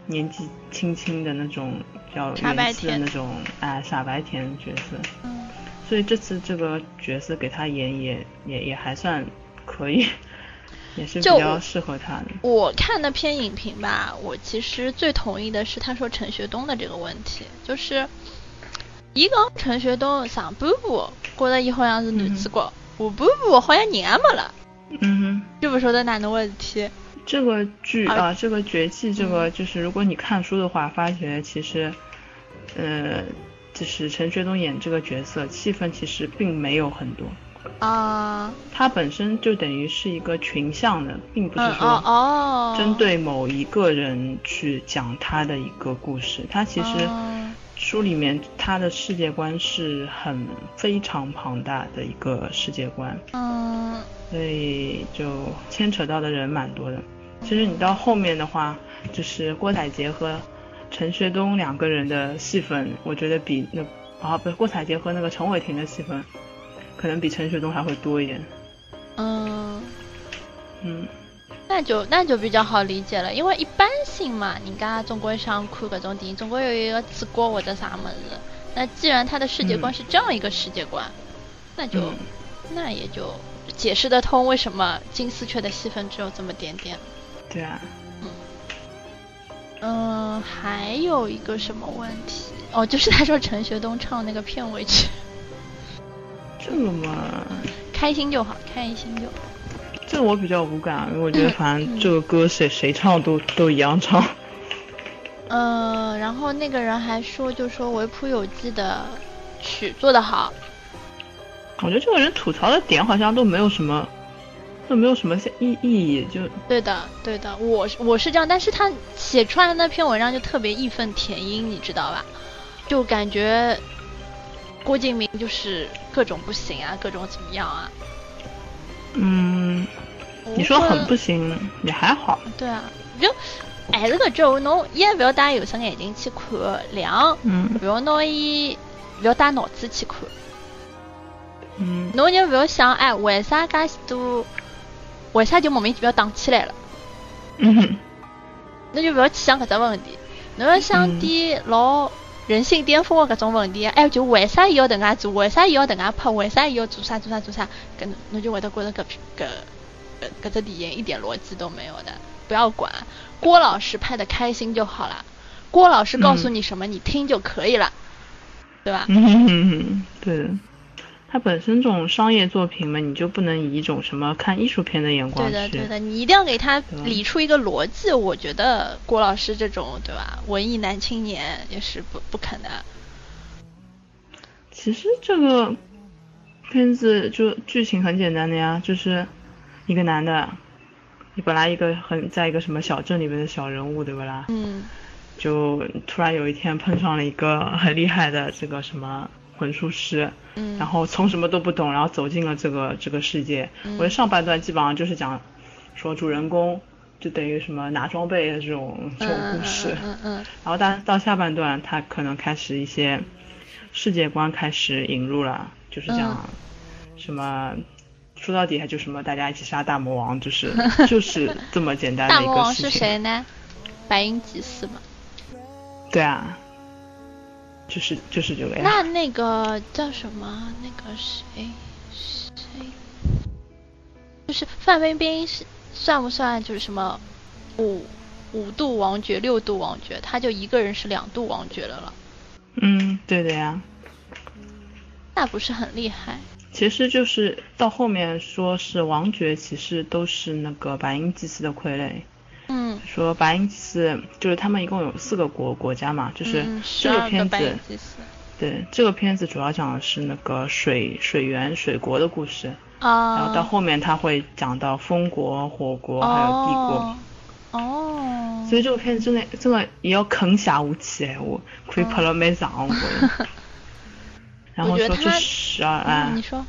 S2: 年纪轻轻的那种比较
S1: 傻白
S2: 元气的
S1: 甜
S2: 那种啊傻白甜角色，
S1: 嗯，
S2: 所以这次这个角色给他演也也也还算可以， 也是比
S1: 就
S2: 较
S1: 我
S2: 适合他的。
S1: 我看那篇影评吧，我其实最同意的是他说陈学冬的这个问题，就是伊讲陈学冬上半部觉得伊好像是男主角，下半部好像人也没了，
S2: 嗯
S1: 就不晓得哪能回事体。
S2: 哼，这个剧
S1: 而
S2: 啊，这个绝技，这
S1: 嗯
S2: 个就是如果你看书的话，发觉其实，呃，就是陈学冬演这个角色，戏份其实并没有很多。
S1: 啊，
S2: 它本身就等于是一个群像的，并不是
S1: 嗯哦
S2: 说
S1: 哦，
S2: 针对某一个人去讲他的一个故事。他其实
S1: 哦
S2: 书里面他的世界观是很非常庞大的一个世界观，
S1: 嗯
S2: 所以就牵扯到的人蛮多的。其实你到后面的话，就是郭采洁和陈学冬两个人的戏份，我觉得比那啊不是郭采洁和那个陈伟霆的戏份，可能比陈学冬还会多一点。
S1: 嗯，
S2: 嗯。
S1: 那就那就比较好理解了，因为一般性嘛，人家总归想看各种电影，总归有一个主角或者啥么子。那既然他的世界观
S2: 嗯
S1: 是这样一个世界观，那就、
S2: 嗯
S1: 那也就解释得通为什么金丝雀的戏份只有这么点点。
S2: 对啊，
S1: 嗯，还有一个什么问题？哦，就是他说陈学冬唱那个片尾曲，
S2: 这个嘛，
S1: 开心就好，开心就好。
S2: 这个我比较无感啊，因为我觉得反
S1: 嗯
S2: 正这个歌谁谁唱都都一样唱。
S1: 嗯，然后那个人还说，就说《维普有记》的曲做得好，
S2: 我觉得这个人吐槽的点好像都没有什么，都没有什么意意义，就
S1: 对的，对的，我是我是这样，但是他写出来的那篇文章就特别义愤填膺，你知道吧？就感觉郭敬明就是各种不行啊，各种怎么样啊？
S2: 嗯，你说很不
S1: 我
S2: 行也还好，
S1: 会对啊，就哎，这个就侬一不要戴有色眼镜去看，两
S2: 嗯
S1: 不要拿伊不要带脑子去看，
S2: 嗯，
S1: 侬就不要想哎，为啥介许多，为啥就莫名其妙打起来了？
S2: 嗯哼，
S1: 那就勿要去想搿只问题，侬要想点老人性巅峰的搿种问题啊，哎，就为啥伊要迭能介做，为啥伊要迭能介拍，为啥伊要做啥做啥做啥，搿侬侬就会得觉着搿片搿搿搿只电影一点逻辑都没有的。不要管，郭老师拍的开心就好了，郭老师告诉
S2: 嗯
S1: 你什么，你听就可以了，对吧？
S2: 嗯哼哼哼，对的。它本身这种商业作品嘛，你就不能以一种什么看艺术片的眼光
S1: 对
S2: 去。
S1: 的，对的，你一定要给他
S2: 对吧
S1: 理出一个逻辑。我觉得郭老师这种，对吧？文艺男青年也是不不肯的。
S2: 其实这个片子就剧情很简单的呀，就是一个男的，你本来一个很在一个什么小镇里面的小人物，对不啦？
S1: 嗯
S2: 就突然有一天碰上了一个很厉害的这个什么魂术师，
S1: 嗯。
S2: 然后从什么都不懂，然后走进了这个这个世界。
S1: 嗯
S2: 我的上半段基本上就是讲说主人公就等于什么拿装备的这种这
S1: 嗯
S2: 种
S1: 嗯
S2: 故事，
S1: 嗯嗯
S2: 然后但到下半段，他可能开始一些世界观开始引入了，就是讲
S1: 嗯
S2: 什么。说到底，还就什么大家一起杀大魔王，就是 就是这么简单
S1: 大
S2: 的一
S1: 魔
S2: 个
S1: 王
S2: 事情。
S1: 是谁呢？白银吉斯嘛。
S2: 对啊，就是就是这个呀。
S1: 那那个叫什么？那个谁谁，就是范冰冰是算不算就是什么五五度王爵、六度王爵？他就一个人是两度王爵的了，
S2: 嗯，对的呀。
S1: 那不是很厉害？
S2: 其实就是到后面说是王爵，其实都是那个白银祭司的傀儡。
S1: 嗯，
S2: 说白银祭司就是他们一共有四个国国家嘛，就是
S1: 嗯
S2: 这
S1: 12
S2: 片子，
S1: 白银祭司
S2: 对这个片子主要讲的是那个水水源水国的故事，
S1: 啊，
S2: 然后到后面他会讲到风国、火国还有帝国。
S1: 哦哦，
S2: 所以这个片子真的真的也要铿锵有气哎，我可以拍了蛮长，我觉 得。然后
S1: 我觉
S2: 说
S1: 得
S2: 这
S1: 他
S2: 十二啊
S1: 嗯，
S2: 案
S1: 你，说，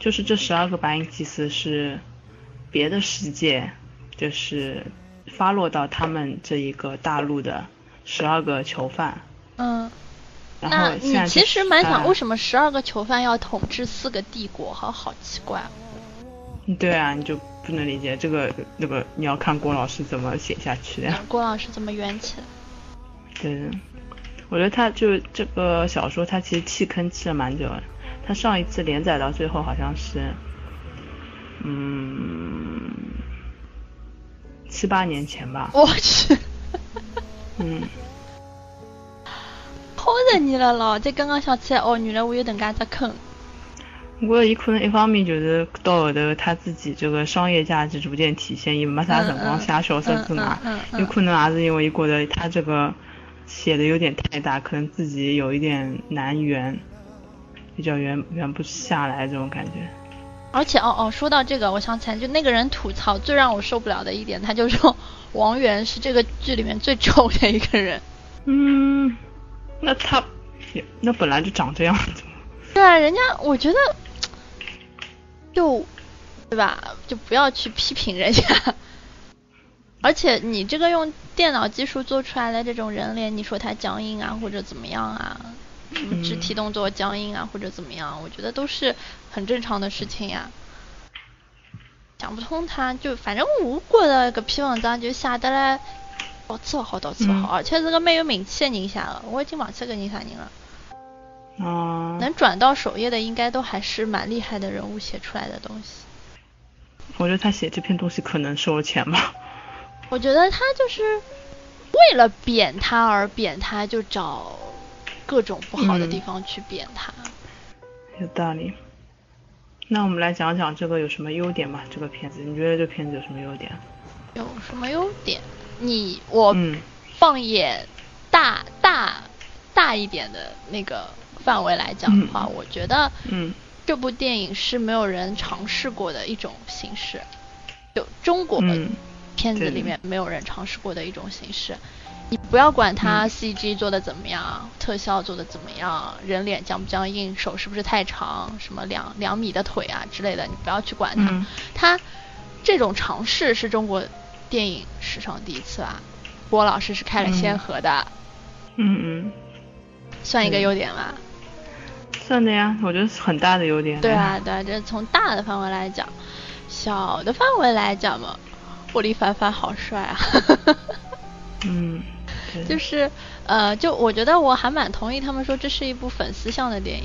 S2: 就是这十二个白银祭司是别的世界，就是发落到他们这一个大陆的十二个囚犯。
S1: 嗯，
S2: 然
S1: 那
S2: 后现在呃
S1: 你其实蛮想，为什
S2: 么？
S1: 么十二个囚犯要统治四个帝国？好好奇怪哦。
S2: 对啊，你就不能理解这个那个，你要看郭老师怎么写下去的呀。
S1: 郭老师怎么圆起来？
S2: 对，我觉得他就这个小说，他其实弃坑弃了蛮久的。他上一次连载到最后好像是，嗯，七八年前吧。
S1: 我去，
S2: 嗯，
S1: 吓着你了咯！再刚刚想起来，哦，原来我有迭介只坑。
S2: 不过伊可能一方面就是到后头他自己这个商业价值逐渐体现，伊没啥辰光写小说子嘛
S1: 嗯嗯嗯嗯嗯嗯，
S2: 有可能也是啊因为伊觉得他这个写的有点太大，可能自己有一点难圆，比较圆圆不下来这种感觉。
S1: 而且哦哦，说到这个，我想起来，就那个人吐槽最让我受不了的一点，他就说王源是这个剧里面最丑的一个人。
S2: 嗯，那他也那本来就长这样子。
S1: 对啊，人家我觉得就对吧，就不要去批评人家。 而且你这个用电脑技术做出来的这种人脸，你说它僵硬啊，或者怎么样啊，什么肢体动作僵硬啊，或者怎么样，我觉得都是很正常的事情呀、讲不通它，就反正我觉得搿篇文章就写得来到处勿好，到处勿好，
S2: 嗯
S1: 而且是个蛮有名气的人写的，我已经忘记搿人啥人了。
S2: 啊、
S1: 能转到首页的，应该都还是蛮厉害的人物写出来的东西。
S2: 我觉得他写这篇东西可能收了钱吧。
S1: 我觉得他就是为了贬他而贬他，就找各种不好的地
S2: 嗯
S1: 方去贬他。
S2: 有道理。那我们来讲讲这个有什么优点吧？这个片子，你觉得这片子有什么优点？
S1: 有什么优点？你我
S2: 嗯
S1: 放眼大大大一点的那个范围来讲的话，
S2: 嗯
S1: 我觉得
S2: 嗯
S1: 这部电影是没有人尝试过的一种形式，就中国
S2: 嗯
S1: 片子
S2: 对
S1: 里面没有人尝试过的一种形式。你不要管
S2: 嗯
S1: 它 CG 做的怎么样，特效做的怎么样，人脸僵不僵硬，手是不是太长，什么两两米的腿啊之类的，你不要去管它。
S2: 嗯
S1: 它这种尝试是中国电影史上第一次吧？郭老师是开了先
S2: 嗯
S1: 河的，
S2: 嗯
S1: 算一个
S2: 对
S1: 优点吧。
S2: 嗯，算的呀，我觉得是很大的优点。
S1: 啊对啊，，对啊，这从大的范围来讲，小的范围来讲嘛，布里凡凡好帅啊！
S2: 嗯，对
S1: 就是呃，就我觉得我还蛮同意他们说这是一部粉丝向的电影。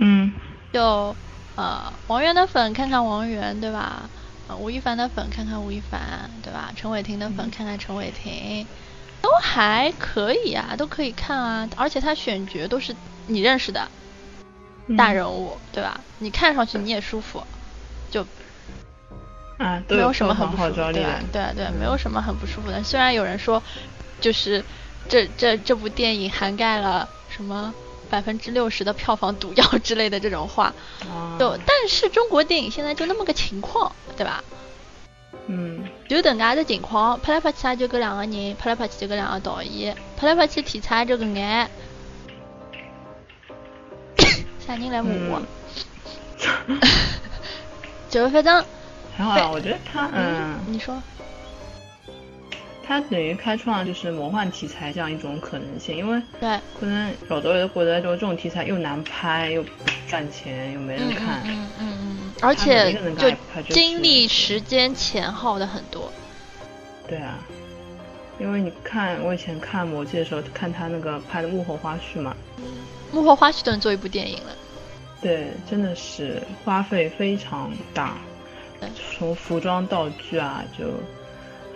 S2: 嗯
S1: 就呃，王源的粉看看王源，对吧？呃，吴亦凡的粉看看吴亦凡，对吧？陈伟霆的粉
S2: 嗯
S1: 看看陈伟霆，都还可以啊，都可以看啊。而且他选角都是你认识的大
S2: 嗯
S1: 人物，对吧？你看上去你也舒服，就
S2: 啊，都
S1: 没有
S2: 有
S1: 什么
S2: 票
S1: 很不
S2: 房号
S1: 舒服
S2: 召，力
S1: 对
S2: 的
S1: 吧，对对，
S2: 嗯
S1: 没有什么很不舒服的。虽然有人说，就是这这这部电影涵盖了什么百分之六十的票房毒药之类的这种话，
S2: 啊，
S1: 就但是中国电影现在就那么个情况，对吧？
S2: 嗯
S1: 就搿能介个情况，拍来拍去也就搿两个人，拍来拍去就搿两个导演，拍来拍去题材也就搿眼。 啥人来骂我？
S2: 嗯
S1: 就反正，
S2: 很好啊，我觉得他嗯，
S1: 你说，
S2: 他等于开创了就是魔幻题材这样一种可能性，因为
S1: 对，
S2: 可能老多人觉得就这种题材又难拍又不赚钱又没人看，
S1: 嗯嗯嗯嗯嗯，而
S2: 他每
S1: 且
S2: 一个人
S1: 就
S2: 干他就是
S1: 精力、时间、钱耗的很多。
S2: 对啊，因为你看我以前看《魔戒》的时候，看他那个拍的幕后花絮嘛，
S1: 幕后花絮都能做一部电影了，
S2: 对，真的是花费非常大
S1: 对，
S2: 从服装道具啊，就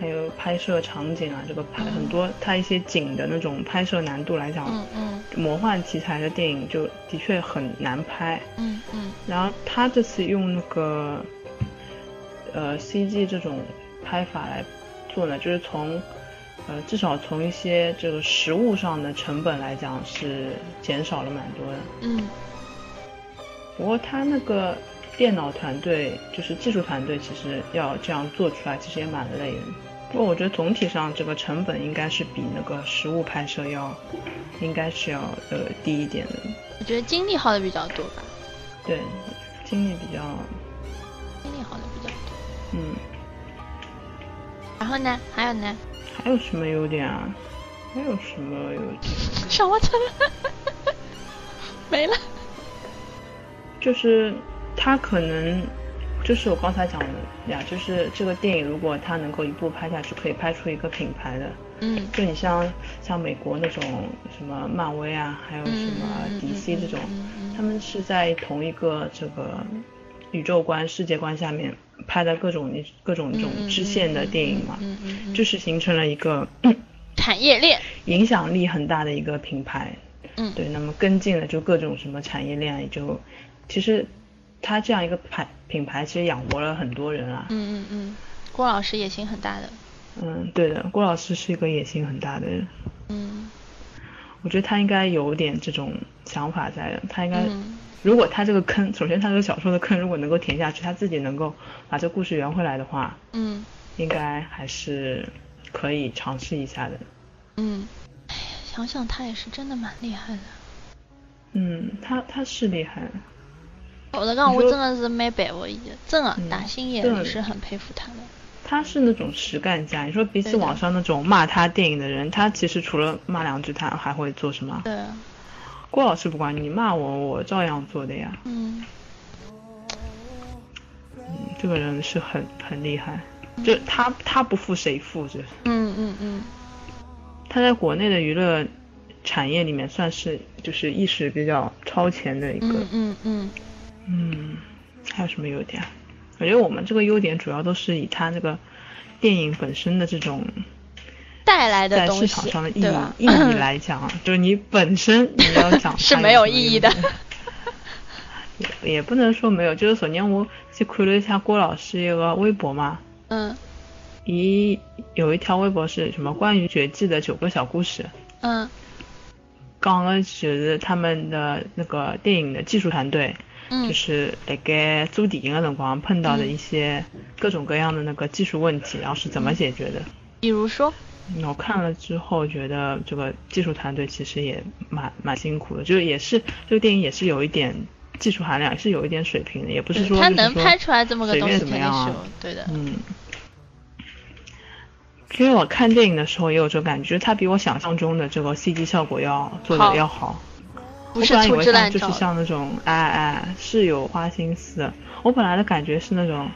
S2: 还有拍摄场景啊，这个拍
S1: 嗯
S2: 很多它一些景的那种拍摄难度来讲，
S1: 嗯嗯
S2: 魔幻题材的电影就的确很难拍。
S1: 嗯嗯
S2: 然后他这次用那个呃 CG 这种拍法来做呢，就是从呃至少从一些这个实物上的成本来讲是减少了蛮多的。
S1: 嗯
S2: 不过他那个电脑团队就是技术团队，其实要这样做出来，其实也蛮累的。不过我觉得总体上这个成本应该是比那个实物拍摄要，应该是要呃低一点的。
S1: 我觉得精力耗的比较多吧，
S2: 对，精力比较，
S1: 精力耗的比较多。
S2: 嗯，
S1: 然后呢，还有呢，
S2: 还有什么优点啊？还有什么优点？
S1: 上完村 没了。
S2: 就是它可能就是我刚才讲的呀，就是这个电影如果它能够一部拍下去，可以拍出一个品牌的，
S1: 嗯
S2: 就你像像美国那种什么漫威啊，还有什么 DC 这种，他们是在同一个这个宇宙观、世界观下面拍的各种各种这种支线的电影嘛，
S1: 嗯嗯嗯，
S2: 就是形成了一个
S1: 产业链。
S2: 影响力很大的一个品牌。
S1: 嗯，
S2: 对，那么跟进了就各种什么产业链啊，也就其实它这样一个牌品牌其实养活了很多人啊。
S1: 嗯嗯嗯，郭老师野心很大的。
S2: 嗯，对的，郭老师是一个野心很大的人。
S1: 嗯
S2: 我觉得他应该有点这种想法在的，他应该、
S1: 嗯
S2: 如果他这个坑，首先他这个小说的坑如果能够填下去，他自己能够把这故事圆回来的话，
S1: 嗯
S2: 应该还是可以尝试一下的。
S1: 嗯，哎呀，想想他也是真的蛮厉害的。
S2: 嗯，他他是厉害，
S1: 我的讲，
S2: 你
S1: 我
S2: 说
S1: 真的是蛮佩服伊的，真的
S2: 嗯
S1: 打心眼里
S2: 对
S1: 是很佩服他的。
S2: 他是那种实干家。你说比起
S1: 对的
S2: 网上那种骂他电影的人，他其实除了骂两句，他还会做什么？
S1: 对，啊
S2: 郭老师不管你骂我，我照样做的呀。
S1: 嗯
S2: 嗯这个人是很很厉害，就他他不负谁负这。
S1: 嗯嗯嗯，
S2: 他在国内的娱乐产业里面算是就是意识比较超前的一个
S1: 嗯。嗯嗯，
S2: 嗯，还有什么优点啊？我觉得我们这个优点主要都是以他这个电影本身的这种
S1: 带来的
S2: 在
S1: 东
S2: 市场
S1: 西
S2: 上的，意
S1: 对吧？
S2: 义意义来讲啊，就是你本身你要 讲
S1: 是
S2: 它
S1: 没有
S2: 什么
S1: 意义的
S2: 优点。 也也不能说没有，就是昨天我去看了一下郭老师一个微博嘛，
S1: 嗯
S2: 咦，有一条微博是什么关于绝技的九个小故事，
S1: 嗯
S2: 讲的就是他们的那个电影的技术团队，
S1: 嗯
S2: 就是辣盖做电影的辰光碰到的一些各种各样的那个技术问题，然后是怎么解决的。
S1: 比如说，
S2: 嗯我看了之后觉得这个技术团队其实也蛮蛮辛苦的，就是也是这个电影也是有一点技术含量，也是有一点水平的，也不是
S1: 对
S2: 说
S1: 他
S2: 就是
S1: 能
S2: 说
S1: 拍出来这么个
S2: 随
S1: 东西，
S2: 便怎
S1: 肯
S2: 么
S1: 定
S2: 样
S1: 是
S2: 啊
S1: 有。对的。
S2: 嗯，其实我看电影的时候也有这种感觉，就是它比我想象中的这个 CG 效果要做
S1: 好
S2: 的要好。
S1: 不
S2: 我
S1: 是
S2: 本来以
S1: 粗
S2: 为
S1: 制
S2: 它
S1: 滥
S2: 就是
S1: 造的。
S2: 像那种，哎哎，是有花心思的。我本来的感觉是那种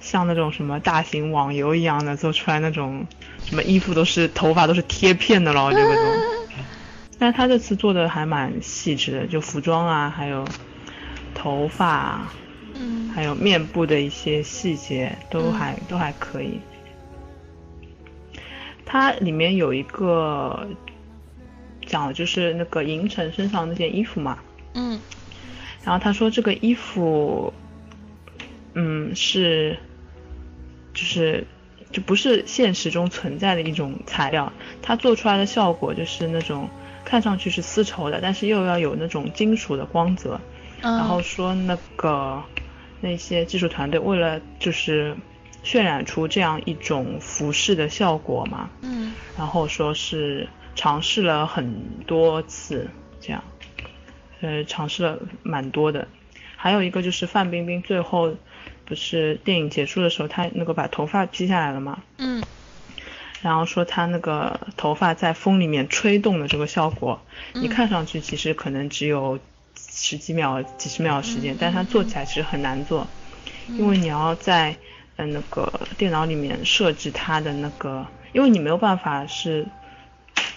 S2: 像那种什么大型网游一样的做出来那种什么衣服都是头发都是贴片的咯，就那种。 但是他这次做的还蛮细致的，就服装啊，还有头发啊，
S1: 嗯，
S2: 还有面部的一些细节都
S1: 嗯
S2: 还、都还可以。它里面有一个讲的就是那个银尘身上那件衣服嘛，
S1: 嗯
S2: 然后他说这个衣服，嗯，是，就是就不是现实中存在的一种材料，它做出来的效果就是那种看上去是丝绸的，但是又要有那种金属的光泽，
S1: 嗯，
S2: 然后说那个那些技术团队为了就是渲染出这样一种服饰的效果嘛，
S1: 嗯
S2: 然后说是尝试了很多次，这样，呃，尝试了蛮多的。还有一个就是范冰冰最后不是电影结束的时候，她那个把头发披下来了嘛，
S1: 嗯
S2: 然后说她那个头发在风里面吹动的这个效果，你
S1: 嗯
S2: 看上去其实可能只有十几秒、几十秒的时间
S1: 嗯，
S2: 但是它做起来其实很难做，因为你要在呃那个电脑里面设置它的那个，因为你没有办法是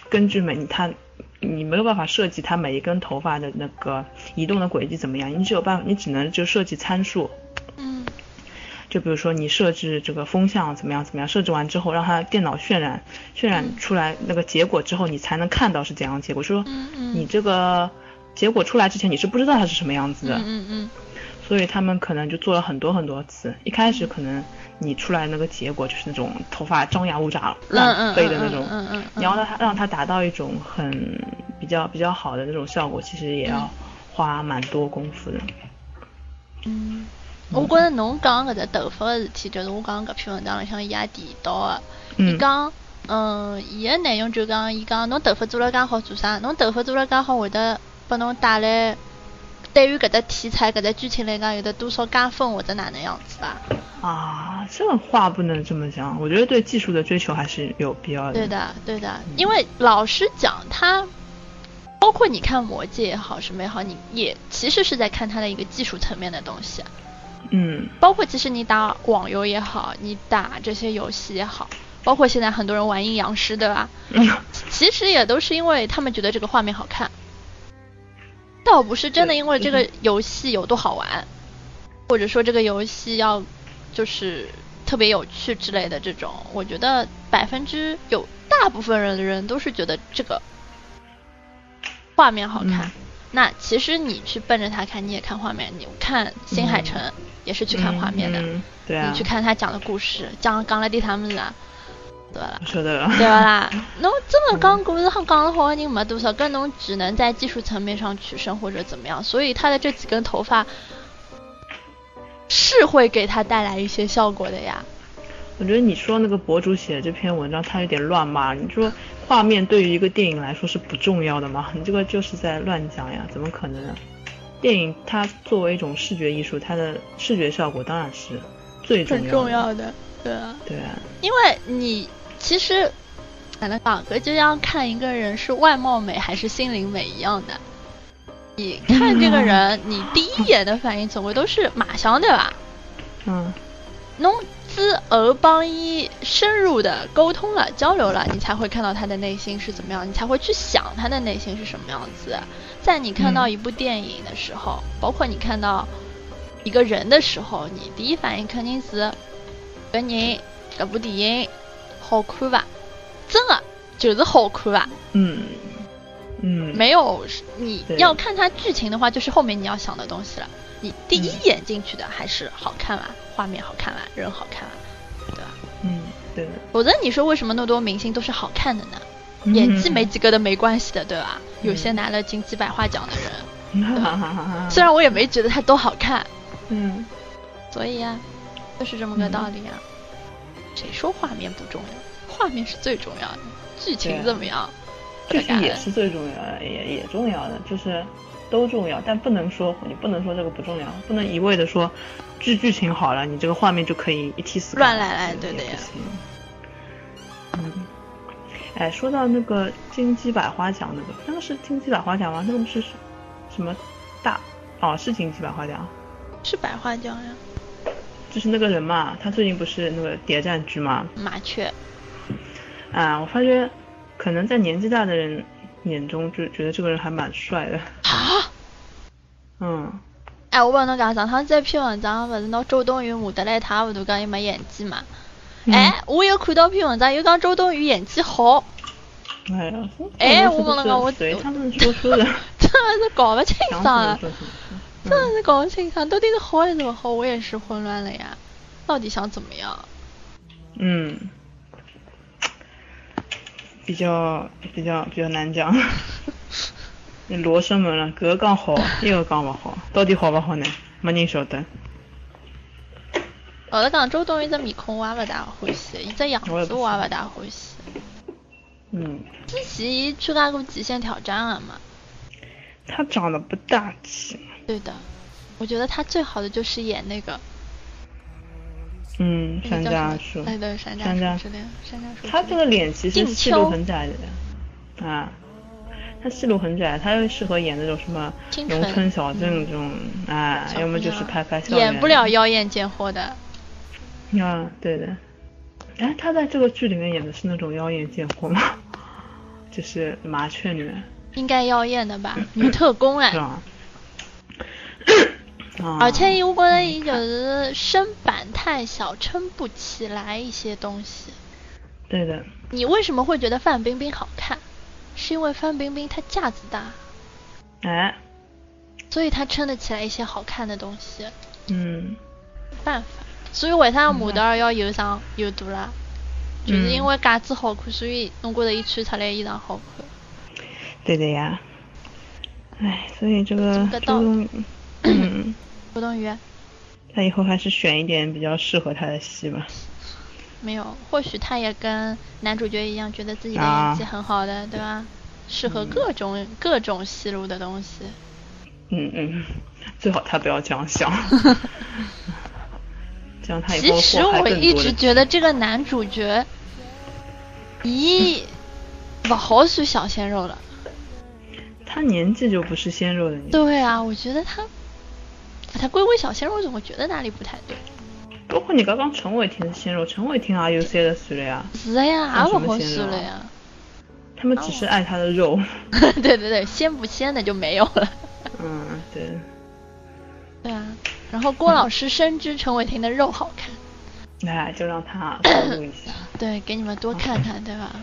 S2: 根据每你它。你没有办法设计它每一根头发的那个移动的轨迹怎么样，你只有办法，你只能就设计参数，
S1: 嗯
S2: 就比如说你设置这个风向怎么样怎么样，设置完之后让它电脑渲染渲染出来那个结果之后，你才能看到是怎样的结果。就是说
S1: 嗯嗯
S2: 你这个结果出来之前，你是不知道它是什么样子的，
S1: 嗯嗯
S2: 所以他们可能就做了很多很多次。一开
S1: 嗯
S2: 始可能你出来那个结果就是那种头发张牙舞爪、
S1: 嗯嗯
S2: 乱飞的那种，
S1: 嗯嗯，
S2: 你要让它让它达到一种很比较比较好的那种效果，其实也要花蛮多功夫的。
S1: 嗯，我觉着侬讲搿只头发个事体，就是我讲搿篇文章里向伊也提到个，伊
S2: 嗯
S1: 讲，嗯，伊个内容就讲，伊讲侬头发做了介好做啥？侬头发做了介好会得拨侬带来，对于搿只题材、搿只剧情来讲，有得多少加分或者哪能样子吧？
S2: 啊，这话不能这么讲。我觉得对技术的追求还是有必要的。
S1: 对，的，对的，因为老实讲，他包括你看《魔戒》也好，什么也好，你也其实是在看他的一个技术层面的东西。啊
S2: 嗯
S1: 包括其实你打网游也好，你打这些游戏也好，包括现在很多人玩阴阳师，对吧？
S2: 嗯
S1: 其实也都是因为他们觉得这个画面好看，倒不是真的
S2: 对嗯
S1: 因为这个游戏有多好玩，或者说这个游戏要就是特别有趣之类的这种。我觉得百分之有大部分人的人都是觉得这个画面好看。
S2: 嗯
S1: 那其实你去奔着它看，你也看画面。你看《新海诚》也是去看画面的，
S2: 嗯对啊，
S1: 你去看他讲的故事，讲讲了点啥么子啊，对吧啦
S2: 我？说对了。
S1: 对伐啦？侬真的讲故事好讲得好的人没多少，跟侬只能在技术层面上取胜或者怎么样，所以他的这几根头发是会给他带来一些效果的呀。
S2: 我觉得你说那个博主写的这篇文章，他有点乱骂。你说画面对于一个电影来说是不重要的吗？你这个就是在乱讲呀，怎么可能呢？啊电影它作为一种视觉艺术，它的视觉效果当然是最重要
S1: 很
S2: 的。
S1: 重要的，对啊，
S2: 对啊，
S1: 因为你其实哎哪能讲，搿就像看一个人是外貌美还是心灵美一样的。你看这个 人，你第一眼的反应总归都是马相对吧？
S2: 嗯
S1: 侬之而帮伊深入的沟通了、交流了，你才会看到他的内心是怎么样，你才会去想他的内心是什么样子。在你看到
S2: 嗯
S1: 一部电影的时候，包括你看到一个人的时候，你第一反应肯定是搿人搿部电影好看伐？真的就是好看伐？
S2: 嗯嗯，
S1: 没有，你
S2: 对
S1: 要看它剧情的话，就是后面你要想的东西了。你第一眼进去的还是好看吧，画面好看吧，人好看吧，对吧？
S2: 嗯对的，
S1: 否则你说为什么那么多明星都是好看的呢？
S2: 嗯
S1: 演技没几个的没关系的，对吧？有些拿了金鸡百花奖的人，
S2: 嗯， 哈哈哈 哈
S1: 虽然我也没觉得他都好看，
S2: 嗯。
S1: 所以呀、就是这么个道理啊。
S2: 嗯
S1: 谁说画面不重要？画面是最重要的，剧
S2: 对
S1: 情
S2: 啊
S1: 怎么样？大
S2: 剧情
S1: 概
S2: 也是最重要的，也也重要的，就是都重要，但不能说你不能说这个不重要，不能一味的说剧剧情好了，你这个画面就可以一梯死
S1: 乱来来对的
S2: 的
S1: 呀
S2: 嗯，哎，说到那个金鸡百花奖，那个那个是金鸡百花奖吗？那个不是什么大哦，是金鸡百花奖，
S1: 是百花奖呀、
S2: 就是那个人嘛，他最近不是那个谍战剧嘛，
S1: 麻雀，
S2: 啊，我发觉可能在年纪大的人眼中就觉得这个人还蛮帅的，
S1: 啊！
S2: 嗯，
S1: 哎，我不能讲上趟子一篇文章，勿是拿周冬雨骂得来一塌糊涂，讲伊没演技嘛。
S2: 嗯
S1: 哎，我有看到篇文章，有讲周冬雨演技好，
S2: 哎呀，
S1: 哎
S2: 这种
S1: 我
S2: 东
S1: 忘了
S2: 西都是
S1: 讲我
S2: 随他们说说的，
S1: 真的是搞不清啊爽
S2: 想怎么
S1: 了，
S2: 说嗯什
S1: 真
S2: 么。
S1: 的啊是搞不清爽，到底是好还是不好，我也是混乱了呀。到底想怎么样？
S2: 嗯，嗯比较比较比较难讲。你罗生门了，搿个讲好，一个讲勿好，到底好勿好呢？没人晓得。
S1: 老实讲，周冬雨这面孔我也勿大欢喜，伊这样子
S2: 我
S1: 我
S2: 也
S1: 也
S2: 不
S1: 勿大欢喜。
S2: 嗯，
S1: 之前伊参加过《极限挑战》了嘛？
S2: 他长得不大气。
S1: 对的，我觉得她最好的就是演那个
S2: 嗯，
S1: 那
S2: 山
S1: 个叫什
S2: 楂
S1: 么
S2: 树。
S1: 哎，对，山
S2: 山楂
S1: 树之类的，山楂树。
S2: 他这个，脸其实
S1: 静
S2: 戏路
S1: 秋
S2: 很窄的，啊，他戏路很窄，他又适合演那种什么
S1: 清
S2: 农
S1: 纯嗯
S2: 村小镇这种，啊，
S1: 小
S2: 要么
S1: 姑
S2: 就是
S1: 娘
S2: 拍拍校园，
S1: 演不了妖艳贱货的。
S2: 啊，对的。哎，他在这个剧里面演的是那种妖艳贱货吗？ 就是麻雀女，
S1: 应该妖艳的吧，女特工哎
S2: 是，吧？啊，
S1: 而且我觉得伊就是身板太小，撑不起来一些东西。
S2: 对的，
S1: 你为什么会觉得范冰冰好看？是因为范冰冰她架子大，
S2: 哎，
S1: 所以她撑得起来一些好看的东西，
S2: 嗯，
S1: 没办法。所以为啥模特儿要有长有大啦？就是因为架子好看，所以侬觉得伊穿出来衣裳好看。
S2: 对的呀。哎，所以这个
S1: 这个
S2: 周
S1: 道理
S2: 冬雨，嗯，
S1: 郭冬雨
S2: 他以后还是选一点比较适合他的戏吧。
S1: 没有，或许她也跟男主角一样，觉得自己的
S2: 啊
S1: 演技很好的，对吧？适合各种、各种戏路的东西。
S2: 嗯嗯，最好他不要这 样想，这样他以后
S1: 其实
S2: 祸害
S1: 我
S2: 更
S1: 一
S2: 多
S1: 直
S2: 的。
S1: 觉得这个男主 角，咦，不好算小鲜肉了。
S2: 他年纪就不是鲜肉的年纪，
S1: 对啊，我觉得他，他归为小鲜肉，我总会觉得哪里不太对。
S2: 包括你刚刚陈伟霆是鲜肉，陈伟霆啊也有三十岁了呀，
S1: 是的呀，
S2: 有
S1: 也
S2: 什
S1: 不
S2: 么
S1: 好
S2: 鲜肉
S1: 算了
S2: 啊
S1: 呀。
S2: 他们只
S1: 哦
S2: 是爱他的肉。
S1: 对对对，鲜不鲜的就没有了。
S2: 嗯，对，
S1: 对啊，然后郭老师深知陈伟霆的肉好看，
S2: 那哎就 让他暴露一下。
S1: 对，给你们多看看，对吧？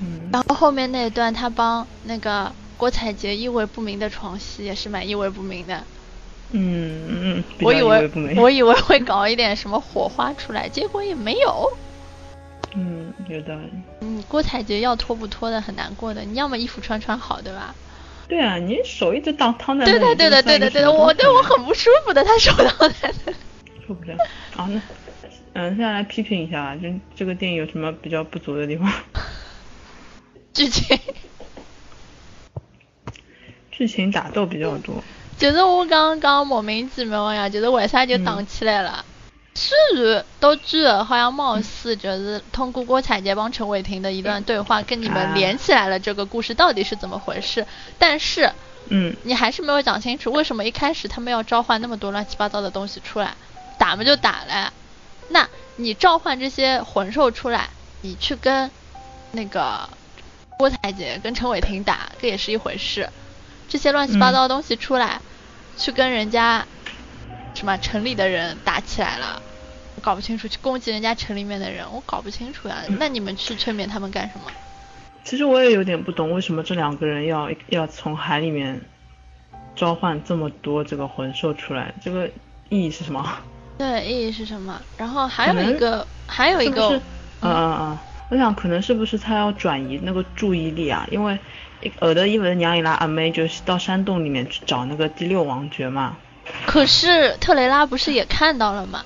S2: 嗯，
S1: 然后后面那一段他帮那个郭采洁意味不明的床戏也是蛮意味不明的。
S2: 嗯嗯，比
S1: 我
S2: 较
S1: 以
S2: 意
S1: 为
S2: 不明。
S1: 我以为会搞一点什么火花出来，结果也没有。
S2: 嗯，有道理。
S1: 嗯，郭采洁要脱不脱的很难过的，你要么衣服穿穿好，对吧？
S2: 对啊，你手一直当摊在那
S1: 对
S2: 里，
S1: 的，对的，对
S2: 这算
S1: 的，
S2: 一个
S1: 对
S2: 什
S1: 的，
S2: 么
S1: 我
S2: 东
S1: 对
S2: 西
S1: 我
S2: 呢
S1: 很不舒服的，他 手到在那。
S2: 受不了啊！那嗯，再来批评一下，就这个电影有什么比较不足的地方？
S1: 剧情，
S2: 剧情打斗比较多，
S1: 就是我刚刚莫名其妙呀，就是为啥就打起来了？虽然到最后好像貌似就是通过郭采洁帮陈伟霆的一段对话跟你
S2: 啊
S1: 们连起来了，这个故事到底是怎么回事？但是
S2: 嗯，
S1: 你还是没有讲清楚为什么一开始他们要召唤那么多乱七八糟的东西出来，打嘛就打了，那你召唤这些魂兽出来，你去跟那个郭采洁跟陈伟霆打，这也是一回事。这些乱七八
S2: 嗯
S1: 糟的东西出来，去跟人家什么城里的人打起来了，我搞不清楚，去攻击人家城里面的人，我搞不清楚呀、
S2: 嗯
S1: 那你们去催眠他们干什么？
S2: 其实我也有点不懂，为什么这两个人要要从海里面召唤这么多这个魂兽出来？这个意义是什么？
S1: 对，意义是什么？然后还
S2: 可
S1: 有
S2: 能
S1: 一个，还有一
S2: 是不
S1: 个，
S2: 是？嗯嗯嗯，我想可能是不是他要转移那个注意力啊？因为尔的伊文娘伊拉阿妹就是到山洞里面去找那个第六王爵嘛，
S1: 可是特雷拉不是也看到了吗？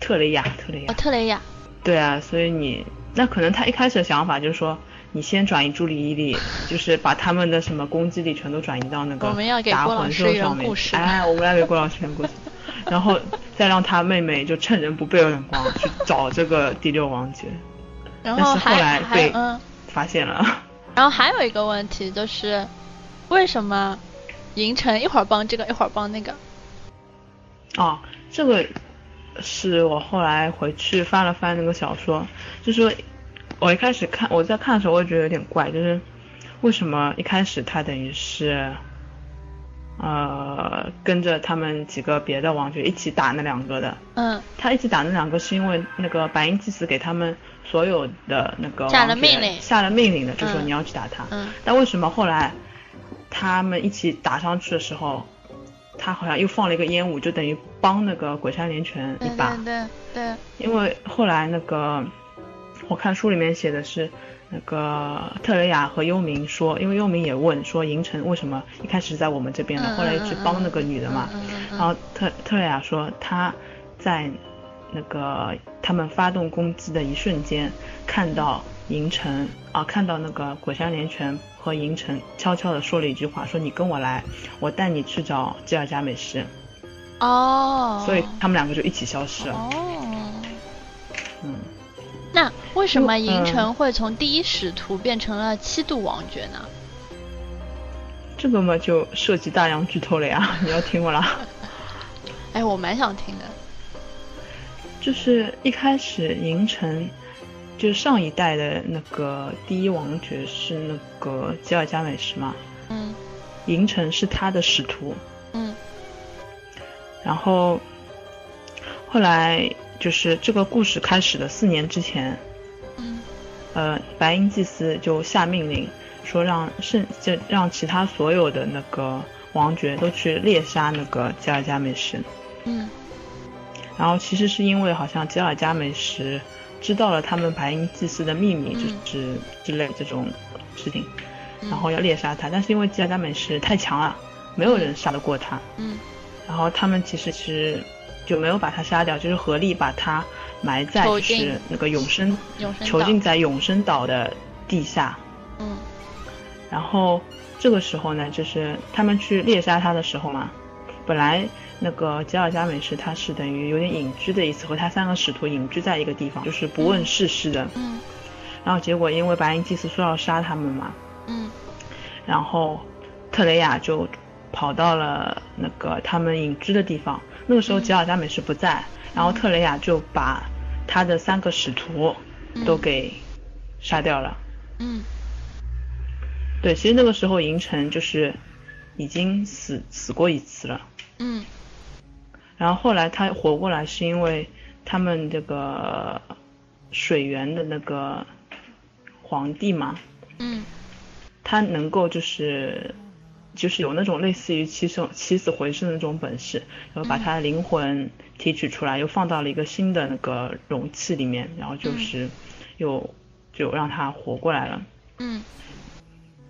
S2: 特雷雅，特雷雅
S1: 哦，。特雷雅，
S2: 对啊，所以你那可能他一开始的想法就是说，你先转移注 意力，就是把他们的什么攻击力全都转移到那个
S1: 我们要给
S2: 打
S1: 郭老
S2: 魂
S1: 师
S2: 兽
S1: 一个
S2: 上面
S1: 故
S2: 去
S1: 事
S2: 哎，我们来给郭老师讲 故事，然后再让他妹妹就趁人不备的眼光去找这个第六王爵，
S1: 然
S2: 但
S1: 后
S2: 是后来
S1: 还还
S2: 被
S1: 嗯，
S2: 发现了。
S1: 然后还有一个问题就是，为什么银城一会儿帮这个一会儿帮那个？
S2: 哦，这个是我后来回去翻了翻那个小说，就说我一开始看我在看的时候，我也觉得有点怪，就是为什么一开始他等于是呃跟着他们几个别的王爵一起打那两个的，
S1: 嗯，
S2: 他一起打那两个是因为那个白银祭司给他们所有的那个
S1: 下了
S2: 王爵
S1: 命令
S2: 下了命令的，就说
S1: 嗯
S2: 你要去打他。
S1: 嗯
S2: 但为什么后来他们一起打上去的时候，他好像又放了一个烟雾，就等于帮那个鬼山连泉一
S1: 嗯对
S2: 把。
S1: 对对对，
S2: 因为后来那个我看书里面写的是，那个特雷雅和幽冥说，因为幽冥也问说银城为什么一开始在我们这边的，
S1: 嗯
S2: 后来又去帮那个女的嘛。
S1: 嗯嗯嗯嗯
S2: 然后特特雷雅说他在那个他们发动攻击的一瞬间，看到银城啊，看到那个鬼山连泉和银城悄悄地说了一句话，说你跟我来，我带你去找吉尔加美什。
S1: 哦，
S2: 所以他们两个就一起消失了。
S1: 哦，
S2: 嗯，
S1: 那为什么银
S2: 嗯
S1: 城会从第一使徒变成了七度王爵呢？
S2: 这个嘛就涉及大量剧透了呀， 你要听我啦。
S1: 哎，我蛮想听的。
S2: 就是一开始银城，就是上一代的那个第一王爵是那个吉尔加美什嘛，
S1: 嗯
S2: 银城是他的使徒，
S1: 嗯
S2: 然后后来就是这个故事开始的四年之前，
S1: 嗯
S2: 呃，白银祭司就下命令说让剩就让其他所有的那个王爵都去猎杀那个吉尔加美什，
S1: 嗯
S2: 然后其实是因为好像吉尔加美什知道了他们白银祭司的秘密，
S1: 嗯
S2: 就是之类这种事情，
S1: 嗯
S2: 然后要猎杀他。但是因为吉尔加美什太强了，没有人杀得过他。
S1: 嗯
S2: 然后他们其实是就没有把他杀掉，就是合力把他埋在
S1: 囚
S2: 就
S1: 禁
S2: 是那个永生
S1: 永生
S2: 嗯囚
S1: 岛
S2: 禁在永生岛的地下。
S1: 嗯
S2: 然后这个时候呢，就是他们去猎杀他的时候嘛，本来那个吉尔加美什他是等于有点隐居的意思，和他三个使徒隐居在一个地方，就是不问世事的。
S1: 嗯
S2: 然后结果因为白银祭司说要杀他们嘛，
S1: 嗯
S2: 然后特雷雅就跑到了那个他们隐居的地方。那个时候吉尔加美什不在，然后特雷雅就把他的三个使徒都给杀掉了。
S1: 嗯
S2: 对，其实那个时候银城就是已经死死过一次了，
S1: 嗯
S2: 然后后来他活过来是因为他们这个水源的那个皇帝嘛，
S1: 嗯
S2: 他能够就是就是有那种类似于起死起死回生的那种本事，然后把他的灵魂提取出来，又放到了一个新的那个容器里面，然后就是又就让他活过来了。
S1: 嗯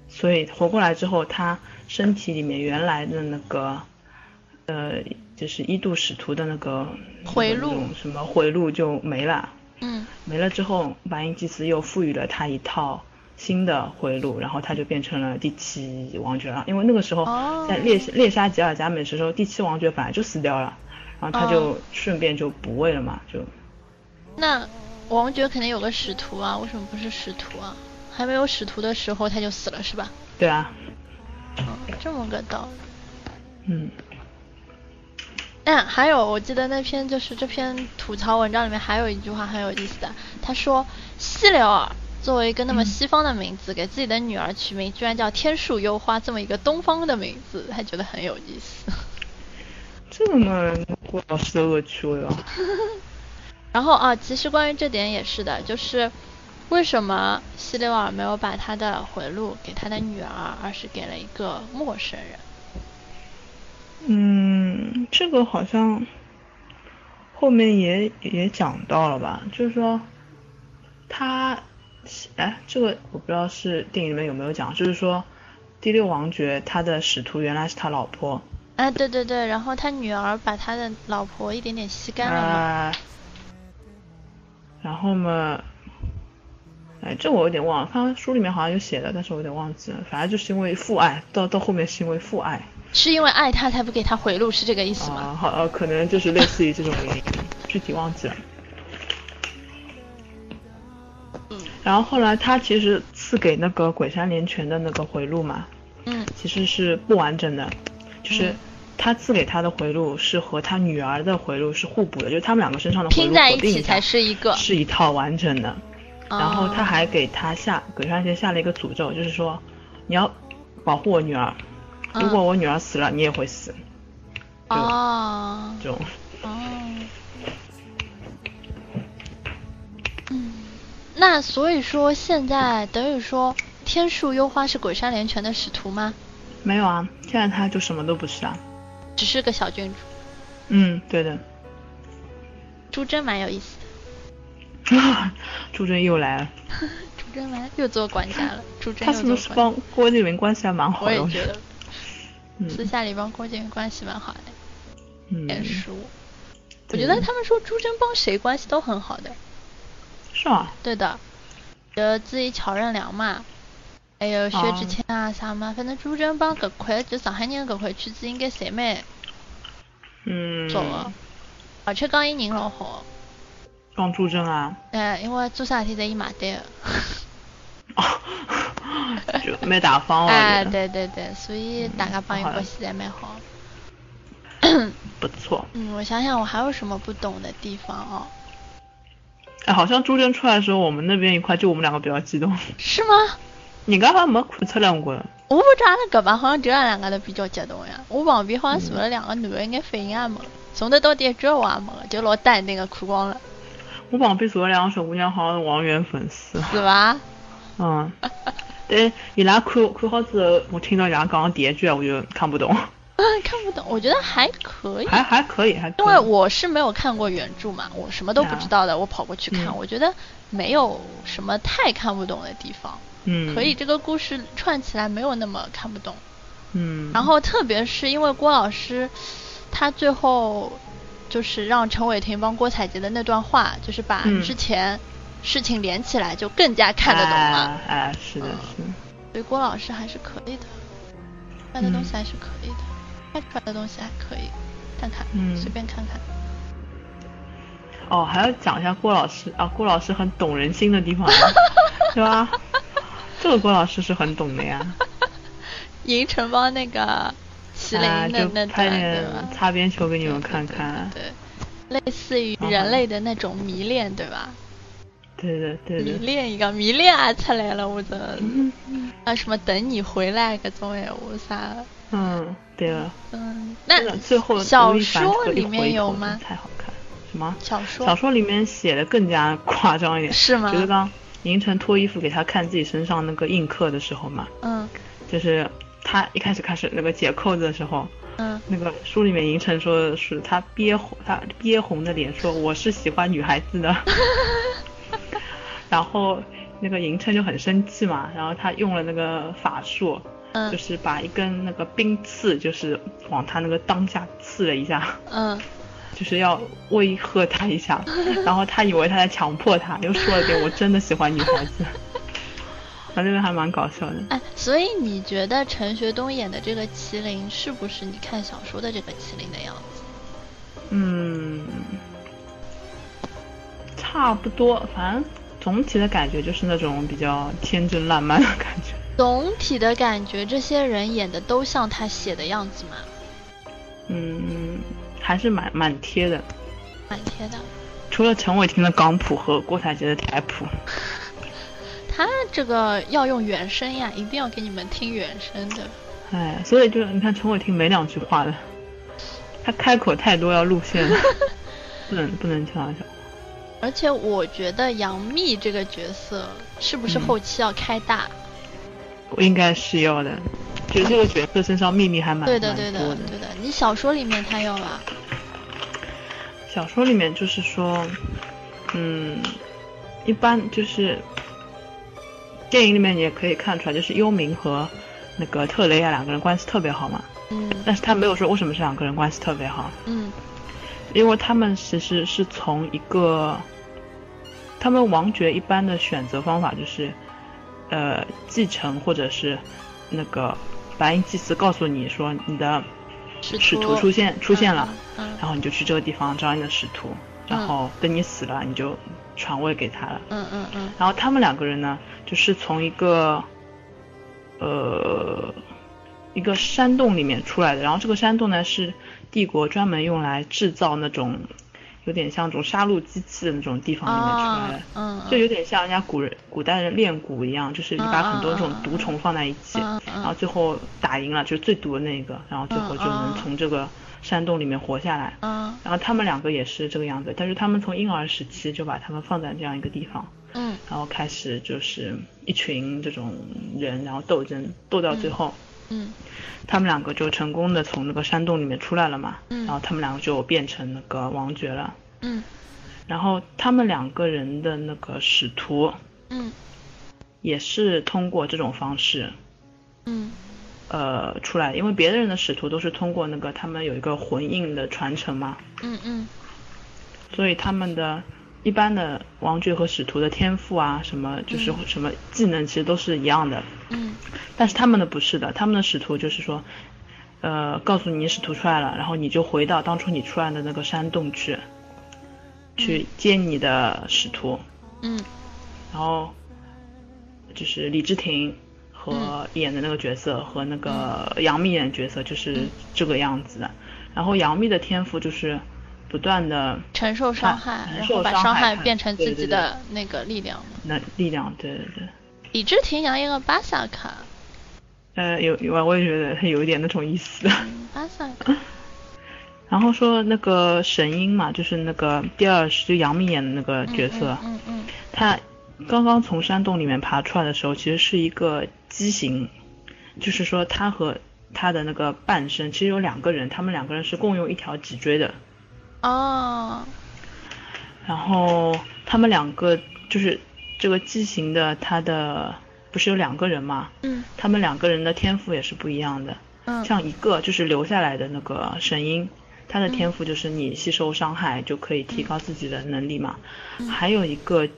S2: 所以活过来之后，他身体里面原来的那个，呃，就是一度使徒的那个
S1: 回路
S2: 那种什么回路就没了。
S1: 嗯
S2: 没了之后，白银祭司又赋予了他一套新的回路，然后他就变成了第七王爵了。因为那个时候
S1: 哦
S2: 在猎、猎杀吉尔加美什的时候，第七王爵本来就死掉了，然后他就
S1: 哦
S2: 顺便就补位了嘛，就
S1: 那王爵肯定有个使徒啊，为什么不是使徒啊？还没有使徒的时候他就死了是吧？
S2: 对啊，
S1: 哦，这么个道理。
S2: 嗯，
S1: 嗯，还有，我记得那篇就是这篇吐槽文章里面还有一句话很有意思的，他说西柳尔作为一个那
S2: 嗯
S1: 么西方的名字，给自己的女儿取名居然叫天树幽花这么一个东方的名字，他觉得很有意思。
S2: 这个嘛，郭老师的恶趣味 哦。
S1: 然后啊，其实关于这点也是的，就是为什么西柳尔没有把他的回路给他的女儿，而是给了一个陌生人？
S2: 嗯，这个好像后面也也讲到了吧，就是说他，哎，这个我不知道是电影里面有没有讲，就是说第六王爵他的使徒原来是他老婆，
S1: 哎，对对对，然后他女儿把他的老婆一点点吸干了嘛。
S2: 啊、然后嘛，哎，这我有点忘了，他书里面好像有写的，但是我有点忘记了，反正就是因为父爱，到到后面是因为父爱，
S1: 是因为爱他才不给他回路，是这个意思吗？
S2: 啊，好，呃，可能就是类似于这种原因，具体忘记了。
S1: 嗯
S2: 然后后来他其实赐给那个鬼山连泉的那个回路嘛，
S1: 嗯
S2: 其实是不完整的，就是
S1: 嗯
S2: 他赐给他的回路是和他女儿的回路是互补的，就是他们两个身上的回路
S1: 拼在
S2: 合
S1: 一
S2: 并
S1: 起才
S2: 下
S1: 是一个。
S2: 是一套完整的。然后他
S1: 啊
S2: 还给他下鬼山邪下了一个诅咒，就是说你要保护我女儿，如果我女儿死了，你也会死。就
S1: 啊
S2: 这种，
S1: 哦，嗯，那所以说现在等于说天树幽花是鬼山连泉的使徒吗？
S2: 没有啊，现在他就什么都不是啊。
S1: 只是个小郡主，
S2: 嗯，对的。
S1: 朱桢蛮有意思的，
S2: 朱桢又来了，
S1: 朱桢蛮又做管家 了，朱桢
S2: 他是
S1: 又
S2: 不
S1: 做
S2: 是
S1: 管
S2: 帮郭敬明关系还蛮
S1: 家，
S2: 好
S1: 我
S2: 的？
S1: 也
S2: 我
S1: 觉得私
S2: 嗯
S1: 下里帮郭靖关系蛮好的，也
S2: 嗯，
S1: 熟。我觉得他们说朱桢帮谁关系都很好的，
S2: 是啊，
S1: 对的，呃，自己巧任良嘛，还有薛之谦啊啥嘛，反正朱桢帮搿块就上海人搿块圈子应该侪蛮
S2: 嗯，
S1: 熟的，而且讲伊人老好，
S2: 帮朱 桢啊，
S1: 哎，因为做啥事体侪伊买单的，
S2: 就蛮大方 了，
S1: 哎，
S2: 我觉得
S1: 对对对，所以大家帮伊
S2: 好的
S1: 关系侪蛮好。
S2: 嗯不错。
S1: 嗯，我想想我还有什么不懂的地方哦？
S2: 哎，好像朱桢出来的时候，我们那边一块就我们两个比较激动，
S1: 是吗？
S2: 人家好像没看出来过。
S1: 我不知道阿拉搿帮好像只有阿拉两个头比较激动呀，我旁边好像坐了两个男的，应该反应也没，从头到底一句话也没的，就老淡定的看光了，
S2: 我旁边坐了两个小姑娘，好像是王源粉丝。
S1: 是吧？
S2: 嗯，但伊拉看看好之后，我听到伊拉讲的第一句，我就看不懂，
S1: 看不懂，我觉得还可以，
S2: 还还可以，还可
S1: 因
S2: 以
S1: 为我是没有看过原著嘛，我什么都不知道的，我跑过去看，
S2: 嗯
S1: 我觉得没有什么太看不懂的地方，
S2: 嗯
S1: 可以，这个故事串起来没有那么看不懂。
S2: 嗯，
S1: 然后特别是因为郭老师，他最后就是让陈伟霆帮郭采洁的那段话，就是把
S2: 嗯
S1: 之前事情连起来，就更加看得懂了。
S2: 哎，哎是的，是的，
S1: 所以郭老师还是可以的，看的东西还是可以的，他出来的东西还可以，看看，
S2: 嗯
S1: 随便看 看。
S2: 哦，还要讲一下郭老师啊，郭老师很懂人心的地方， 对吧？这个郭老师是很懂 的呀，
S1: 银城帮那个麒
S2: 啊，
S1: 麟的
S2: 就
S1: 那
S2: 拍
S1: 段，对吧
S2: 点？擦边球给你们看啊看，
S1: 对，类似于
S2: 然后
S1: 人类的那种迷恋，对吧？
S2: 对的，对
S1: 迷
S2: 的，
S1: 恋一个，迷恋啊出来了，我真的啊什么等你回来各种哎，我啥的
S2: 嗯，对了，
S1: 嗯，
S2: 真的
S1: 那
S2: 最后
S1: 小
S2: 吴亦凡
S1: 说
S2: 这个一
S1: 里面
S2: 回头
S1: 有吗
S2: 才好看，什么？
S1: 小说
S2: 小说里面写的更加 夸张一点，
S1: 是吗
S2: 就是刚银尘脱衣服给他看自己身上那个印刻的时候嘛，
S1: 嗯
S2: 就是他一开始开始那个解扣子的时候，
S1: 嗯
S2: 那个书里面银尘说的是他憋红他憋红的脸说我是喜欢女孩 子的，然后那个银尘就很生气嘛，然后他用了那个法术，就
S1: 嗯
S2: 是把一根那个冰刺就是往他那个裆下刺了一下。
S1: 嗯，
S2: 就是要威吓他一下， 然后他以为他在强迫他，又说了一遍我真的喜欢女孩子， 反正还蛮搞笑的。
S1: 哎，所以你觉得陈学冬演的这个麒麟是不是你看小说的这个麒麟的样子？
S2: 嗯，差不多，反正总体的感觉就是那种比较天真烂漫的感觉。
S1: 总体的感觉，这些人演的都像他写的样子吗？
S2: 嗯，还是蛮蛮贴的，
S1: 蛮贴的。
S2: 除了陈伟霆的港普和郭采洁的台普。
S1: 他这个要用原声呀，一定要给你们听原声的。
S2: 哎，所以就是你看陈伟霆没两句话的，他开口太多要露馅了， 不能不能开玩笑。
S1: 而且我觉得杨幂这个角色是不是
S2: 嗯
S1: 后期要开大？
S2: 应该是要的，就这个角色身上秘密还蛮
S1: 对的，
S2: 蛮
S1: 对
S2: 多
S1: 的，
S2: 的。
S1: 对的。你小说里面她有了，
S2: 小说里面就是说，嗯，一般就是电影里面你也可以看出来，就是幽冥和那个特雷亚两个人关系特别好嘛，
S1: 嗯
S2: 但是他没有说为什么是两个人关系特别好，
S1: 嗯
S2: 因为他们其实是从一个，他们王爵一般的选择方法就是，呃，继承或者是那个白银祭司告诉你说你的
S1: 使徒
S2: 使徒出现出现了，
S1: 嗯，
S2: 然后你就去这个地方找你的使徒，然后等你死了你就传位给他了。
S1: 嗯嗯嗯嗯
S2: 然后他们两个人呢，就是从一个，呃，一个山洞里面出来的。然后这个山洞呢是帝国专门用来制造那种有点像那种杀戮机器的那种地方里面出来
S1: 啊
S2: 的，，
S1: 嗯，
S2: 就有点像人家古人古代人练蛊一样，就是你把很多这种
S1: 嗯嗯嗯嗯
S2: 毒虫放在一起，
S1: 嗯嗯
S2: 然后最后打赢了就是最毒的那一个，然后最后就
S1: 嗯
S2: 能
S1: 嗯
S2: 从这个山洞里面活下来。
S1: 嗯
S2: 然后他们两个也是这个样子，但是他们从婴儿时期就把他们放在这样一个地方，
S1: 嗯
S2: 然后开始就是一群这种人，然后斗争，斗到最后，
S1: 嗯
S2: 他们两个就成功的从那个山洞里面出来了嘛，
S1: 嗯
S2: 然后他们两个就变成那个王爵了。
S1: 嗯
S2: 然后他们两个人的那个使徒
S1: 嗯
S2: 也是通过这种方式，
S1: 嗯
S2: 呃，出来的，因为别的人的使徒都是通过那个他们有一个魂印的传承嘛，
S1: 嗯嗯
S2: 所以他们的一般的王爵和使徒的天赋啊，什么就是
S1: 嗯
S2: 什么技能，其实都是一样的。
S1: 嗯
S2: 但是他们的不是的，他们的使徒就是说，呃，告诉你使徒出来了，然后你就回到当初你出来的那个山洞去，去接你的使徒，
S1: 嗯
S2: 然后就是李治廷
S1: 嗯
S2: 和演的那个角色和那个杨幂演的角色就是
S1: 嗯
S2: 这个样子的，然后杨幂的天赋就是不断的。
S1: 承受伤害，
S2: 啊承
S1: 然
S2: 受
S1: 后把
S2: 伤
S1: 伤
S2: 害
S1: 害
S2: 看
S1: 变成
S2: 对
S1: 自
S2: 对
S1: 己
S2: 对
S1: 的那个力量嘛。
S2: 那力量，对对对，
S1: 李治廷演一个巴萨卡，
S2: 呃，有有啊，我也觉得他有一点那种意思。
S1: 嗯巴萨卡，
S2: 然后说那个神鹰嘛，就是那个第二是就杨幂演的那个角色，
S1: 嗯嗯
S2: 她刚刚从山洞里面爬出来的时候，其实是一个畸形，就是说她和她的那个半身其实有两个人，他们两个人是共用一条脊椎的，
S1: 嗯，哦，
S2: 然后他们两个就是这个畸形的，他的不是有两个人嘛，
S1: 嗯
S2: 他们两个人的天赋也是不一样的。
S1: 嗯，
S2: 像一个就是留下来的那个神鹰，它的天赋就是你吸收伤害就可以提高自己的能力嘛。还有一个，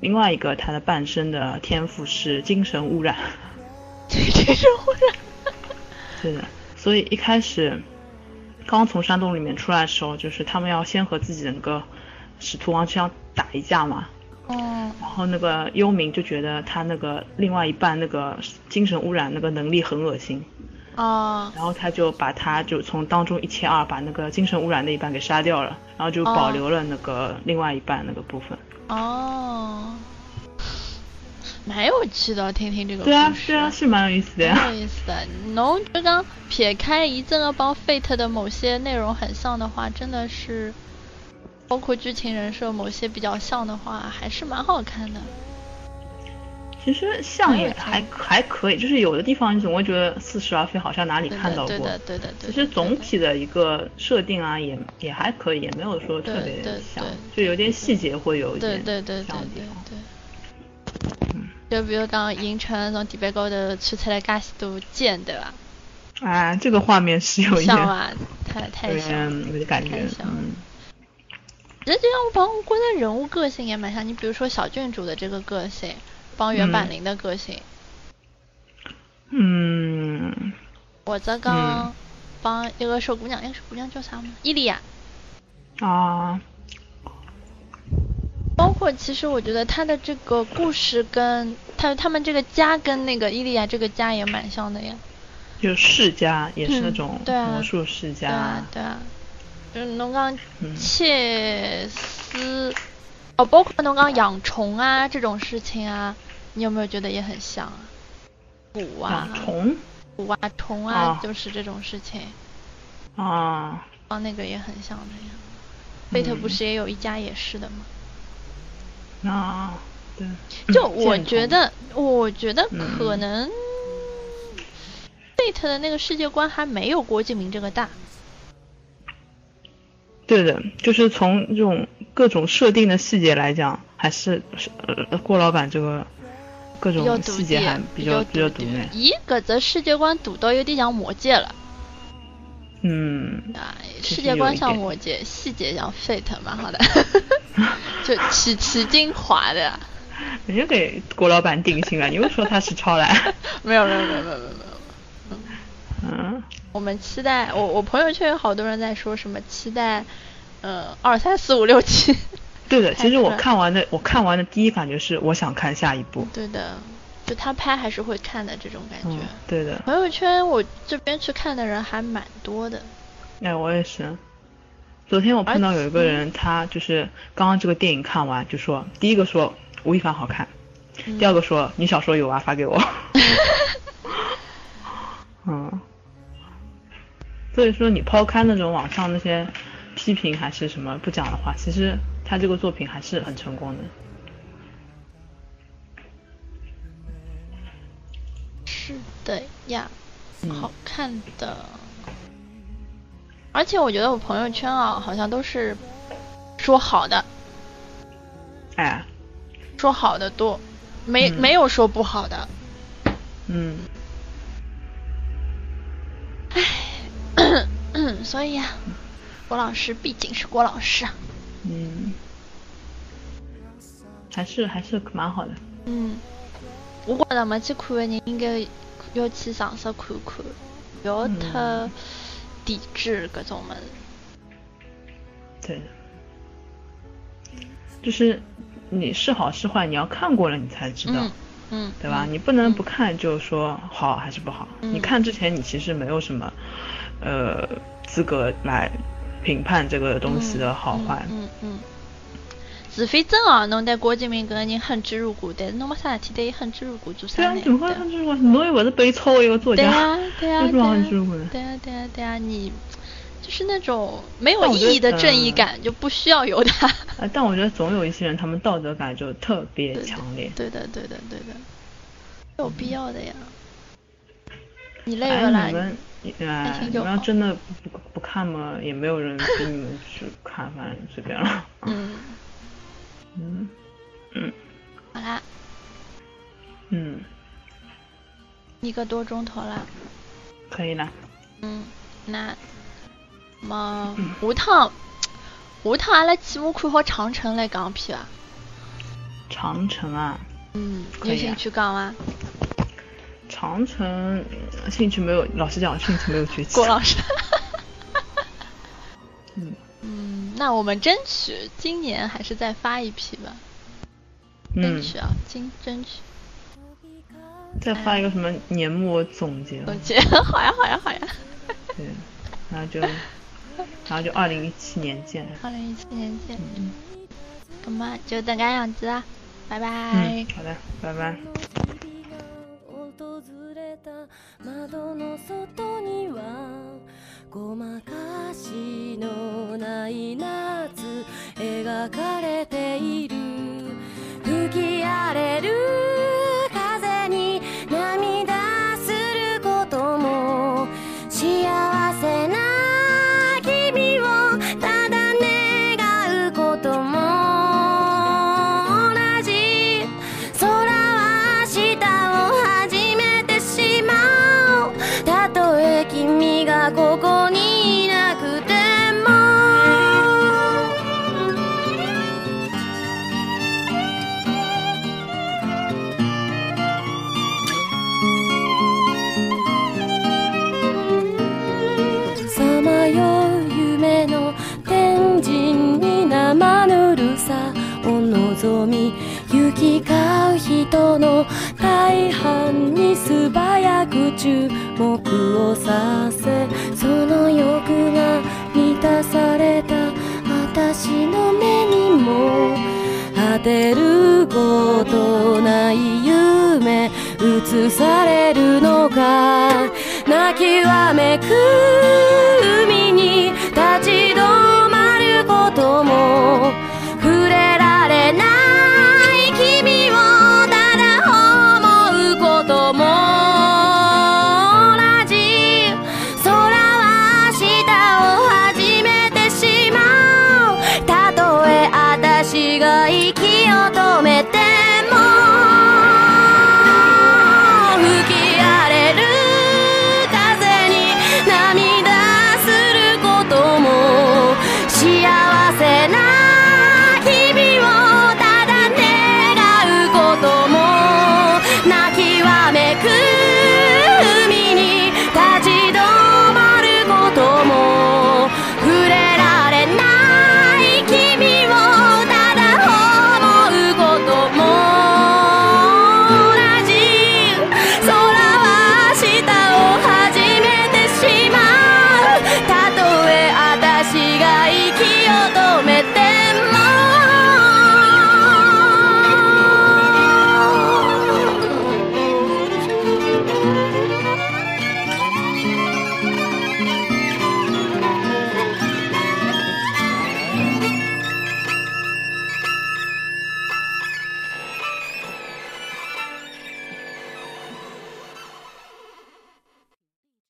S2: 另外一个它的半身的天赋是精神污染，
S1: 这这是忽然，
S2: 对的。所以一开始刚从山洞里面出来的时候，就是他们要先和自己的那个使徒王这样打一架嘛。
S1: 哦，
S2: 然后那个幽冥就觉得他那个另外一半那个精神污染那个能力很恶心，
S1: 哦，
S2: 然后他就把他就从当中一千二把那个精神污染那一半给杀掉了，然后就保留了那个另外一半那个部分。
S1: 嗯哦，蛮有趣的，听听这个
S2: 对啊
S1: 故，事
S2: 对啊，是蛮有意思的
S1: 蛮
S2: 呀。
S1: 有意思的。能就当撇开一这个帮 Fate 的某些内容很像的话，真的是，包括剧情人设某些比较像的话，还是蛮好看的。
S2: 其实像也
S1: 蛮
S2: 还
S1: 有趣
S2: 还可以，就是有的地方你总会觉得似是而非，好像哪里
S1: 对
S2: 看
S1: 的，
S2: 到
S1: 对
S2: 过。
S1: 的，对的，对
S2: 其
S1: 的。
S2: 实总
S1: 对的
S2: 体的一个设定啊，也也还可以，也没有说特
S1: 对
S2: 别
S1: 对
S2: 像
S1: 对，
S2: 就有点细节会有一
S1: 对
S2: 点
S1: 对对对
S2: 像的嗯地
S1: 对
S2: 方。
S1: 对。就比如讲，银城从地板高头穿出来介许多剑，对吧？
S2: 啊，这个画面是有一点
S1: 像吧？太啊太
S2: 有
S1: 像了。
S2: 点有点感觉
S1: 太，像了
S2: 嗯，
S1: 其实就像帮我觉得人物个性也蛮像，你比如说小郡主的这个个性，帮原版
S2: 嗯
S1: 林的个性，
S2: 嗯，
S1: 我则刚帮一个小姑娘，那个小姑娘叫啥吗？伊利亚。
S2: 啊，
S1: 包括其实我觉得她的这个故事跟她他们这个家跟那个伊利亚这个家也蛮像的呀。
S2: 就世家也是那
S1: 嗯
S2: 种
S1: 对啊
S2: 魔术世家，
S1: 对啊，对啊，就是侬讲
S2: 嗯
S1: 切丝，哦，包括侬讲养虫啊这种事情啊，你有没有觉得也很像啊？蛊啊
S2: 养，虫
S1: 蛊啊，虫啊
S2: 哦，
S1: 就是这种事情，
S2: 啊，
S1: 啊，那个也很像的呀。贝特不
S2: 嗯
S1: 是也有一家也是的吗？
S2: 那对，
S1: 就
S2: 嗯
S1: 我
S2: 箭
S1: 觉
S2: 头
S1: 得，我觉得可
S2: 嗯
S1: 能 Fate 的那个世界观还没有郭敬明这个大。
S2: 对的，就是从这种各种设定的细节来讲，还是是呃郭老板这个各
S1: 比较
S2: 种
S1: 独
S2: 细节
S1: 立
S2: 还比较比较独立，
S1: 伊搿只世界观独到有点像魔戒了
S2: 嗯，
S1: 啊，
S2: 其
S1: 世
S2: 实
S1: 界观
S2: 有一
S1: 像
S2: 点
S1: 魔戒，细节像 Fate，蛮 好的，就取其精华的。
S2: 人家给郭老板定性了，你又说他是超 蓝，
S1: 没有没有没有没有没有没有，
S2: 嗯，
S1: 我们期待我我朋友圈有好多人在说什么期待，呃二三四五六七，
S2: 对的，其
S1: 太
S2: 实我
S1: 可
S2: 看完的我看完的第一感觉是我想看下一部，
S1: 对的，就他拍还是会看的这种感觉
S2: 嗯。，对的，
S1: 朋友圈我这边去看的人还蛮多的，
S2: 哎，我也是。昨天我碰到有一个人，他就是刚刚这个电影看完，就说第一个说吴亦凡好看，
S1: 嗯
S2: 第二个说你小说有啊，发给我。嗯，所以说你抛开那种网上那些批评还是什么不讲的话，其实他这个作品还是很成功的。
S1: 是的呀，
S2: 嗯
S1: 好看的。而且我觉得我朋友圈啊，好像都是说好的，
S2: 哎，
S1: 说好的多，没、
S2: 嗯
S1: 没有说不好 的。
S2: 嗯，
S1: 嗯，所以呀、郭老师毕竟是郭老师啊。
S2: 嗯，还是还是蛮好的。
S1: 嗯，我觉着没去看的人应该要去尝试看看，不要太
S2: 嗯
S1: 抵制各种么子。
S2: 对的，就是你是好是坏，你要看过了你才知道，
S1: 嗯嗯，
S2: 对吧？
S1: 嗯
S2: 你不能不看就说好还是不好。
S1: 嗯
S2: 你看之前，你其实没有什么呃资格来评判这个东西的好坏。
S1: 嗯嗯嗯。除非真哦，侬对郭敬明搿个人恨之入骨，但是侬没啥事体对伊恨之入骨做啥
S2: 对啊，
S1: 呢
S2: 你？怎么会恨之入骨？侬又不是被抄为一个作
S1: 对
S2: 家，
S1: 啊对啊
S2: 为什么要恨之
S1: 对
S2: 入
S1: 啊
S2: 骨呢？
S1: 对啊对啊对啊，你就是那种没有
S2: 但我觉得
S1: 意义的正义
S2: 嗯
S1: 感，就不需要有他。
S2: 呃，但我觉得总有一些人，他们道德感就特别
S1: 对的
S2: 强烈。
S1: 对的，对的，对的，有必要的呀。你累
S2: 哎，
S1: 了啦
S2: 你？们，哎
S1: 开，心
S2: 你
S1: 就
S2: 们要
S1: 好
S2: 真的不不不看嘛，也没有人逼你们去看，反正随便了。
S1: 嗯，
S2: 嗯嗯
S1: 好啦，
S2: 嗯，
S1: 一个多钟头啦。
S2: 可以啦。
S1: 嗯，那么下
S2: 嗯
S1: 趟下趟阿拉起码看好长城来讲片伐？
S2: 长城啊，
S1: 嗯，
S2: 可
S1: 有
S2: 以啊
S1: 兴趣讲伐？
S2: 长城嗯兴趣没有，老实讲，兴趣没有崛起。
S1: 郭 老师。
S2: 嗯
S1: 嗯，那我们争取今年还是再发一批吧，争
S2: 嗯，
S1: 取啊，今争取。
S2: 再发一个什么年末总结，
S1: 总结，好呀，好呀，好呀。
S2: 对，然后就然后就二零一七年见。
S1: 二零一七年见。
S2: 嗯
S1: 咁么就等搿样子啊，拜拜。
S2: 嗯，好的，拜拜。
S3: 訪れた窓の外にはごまかしのない夏描かれている吹き荒れる風に涙することも幸せな君をただ願うことも同じ空は明日を始めてしまおうたとえ君がここにいなくてもさまよう夢の天神に生ぬるさを望み行き交う人の大半に素早く注目をさせその欲が満たされた私の目にも果てることない夢映されるのか泣きわめく海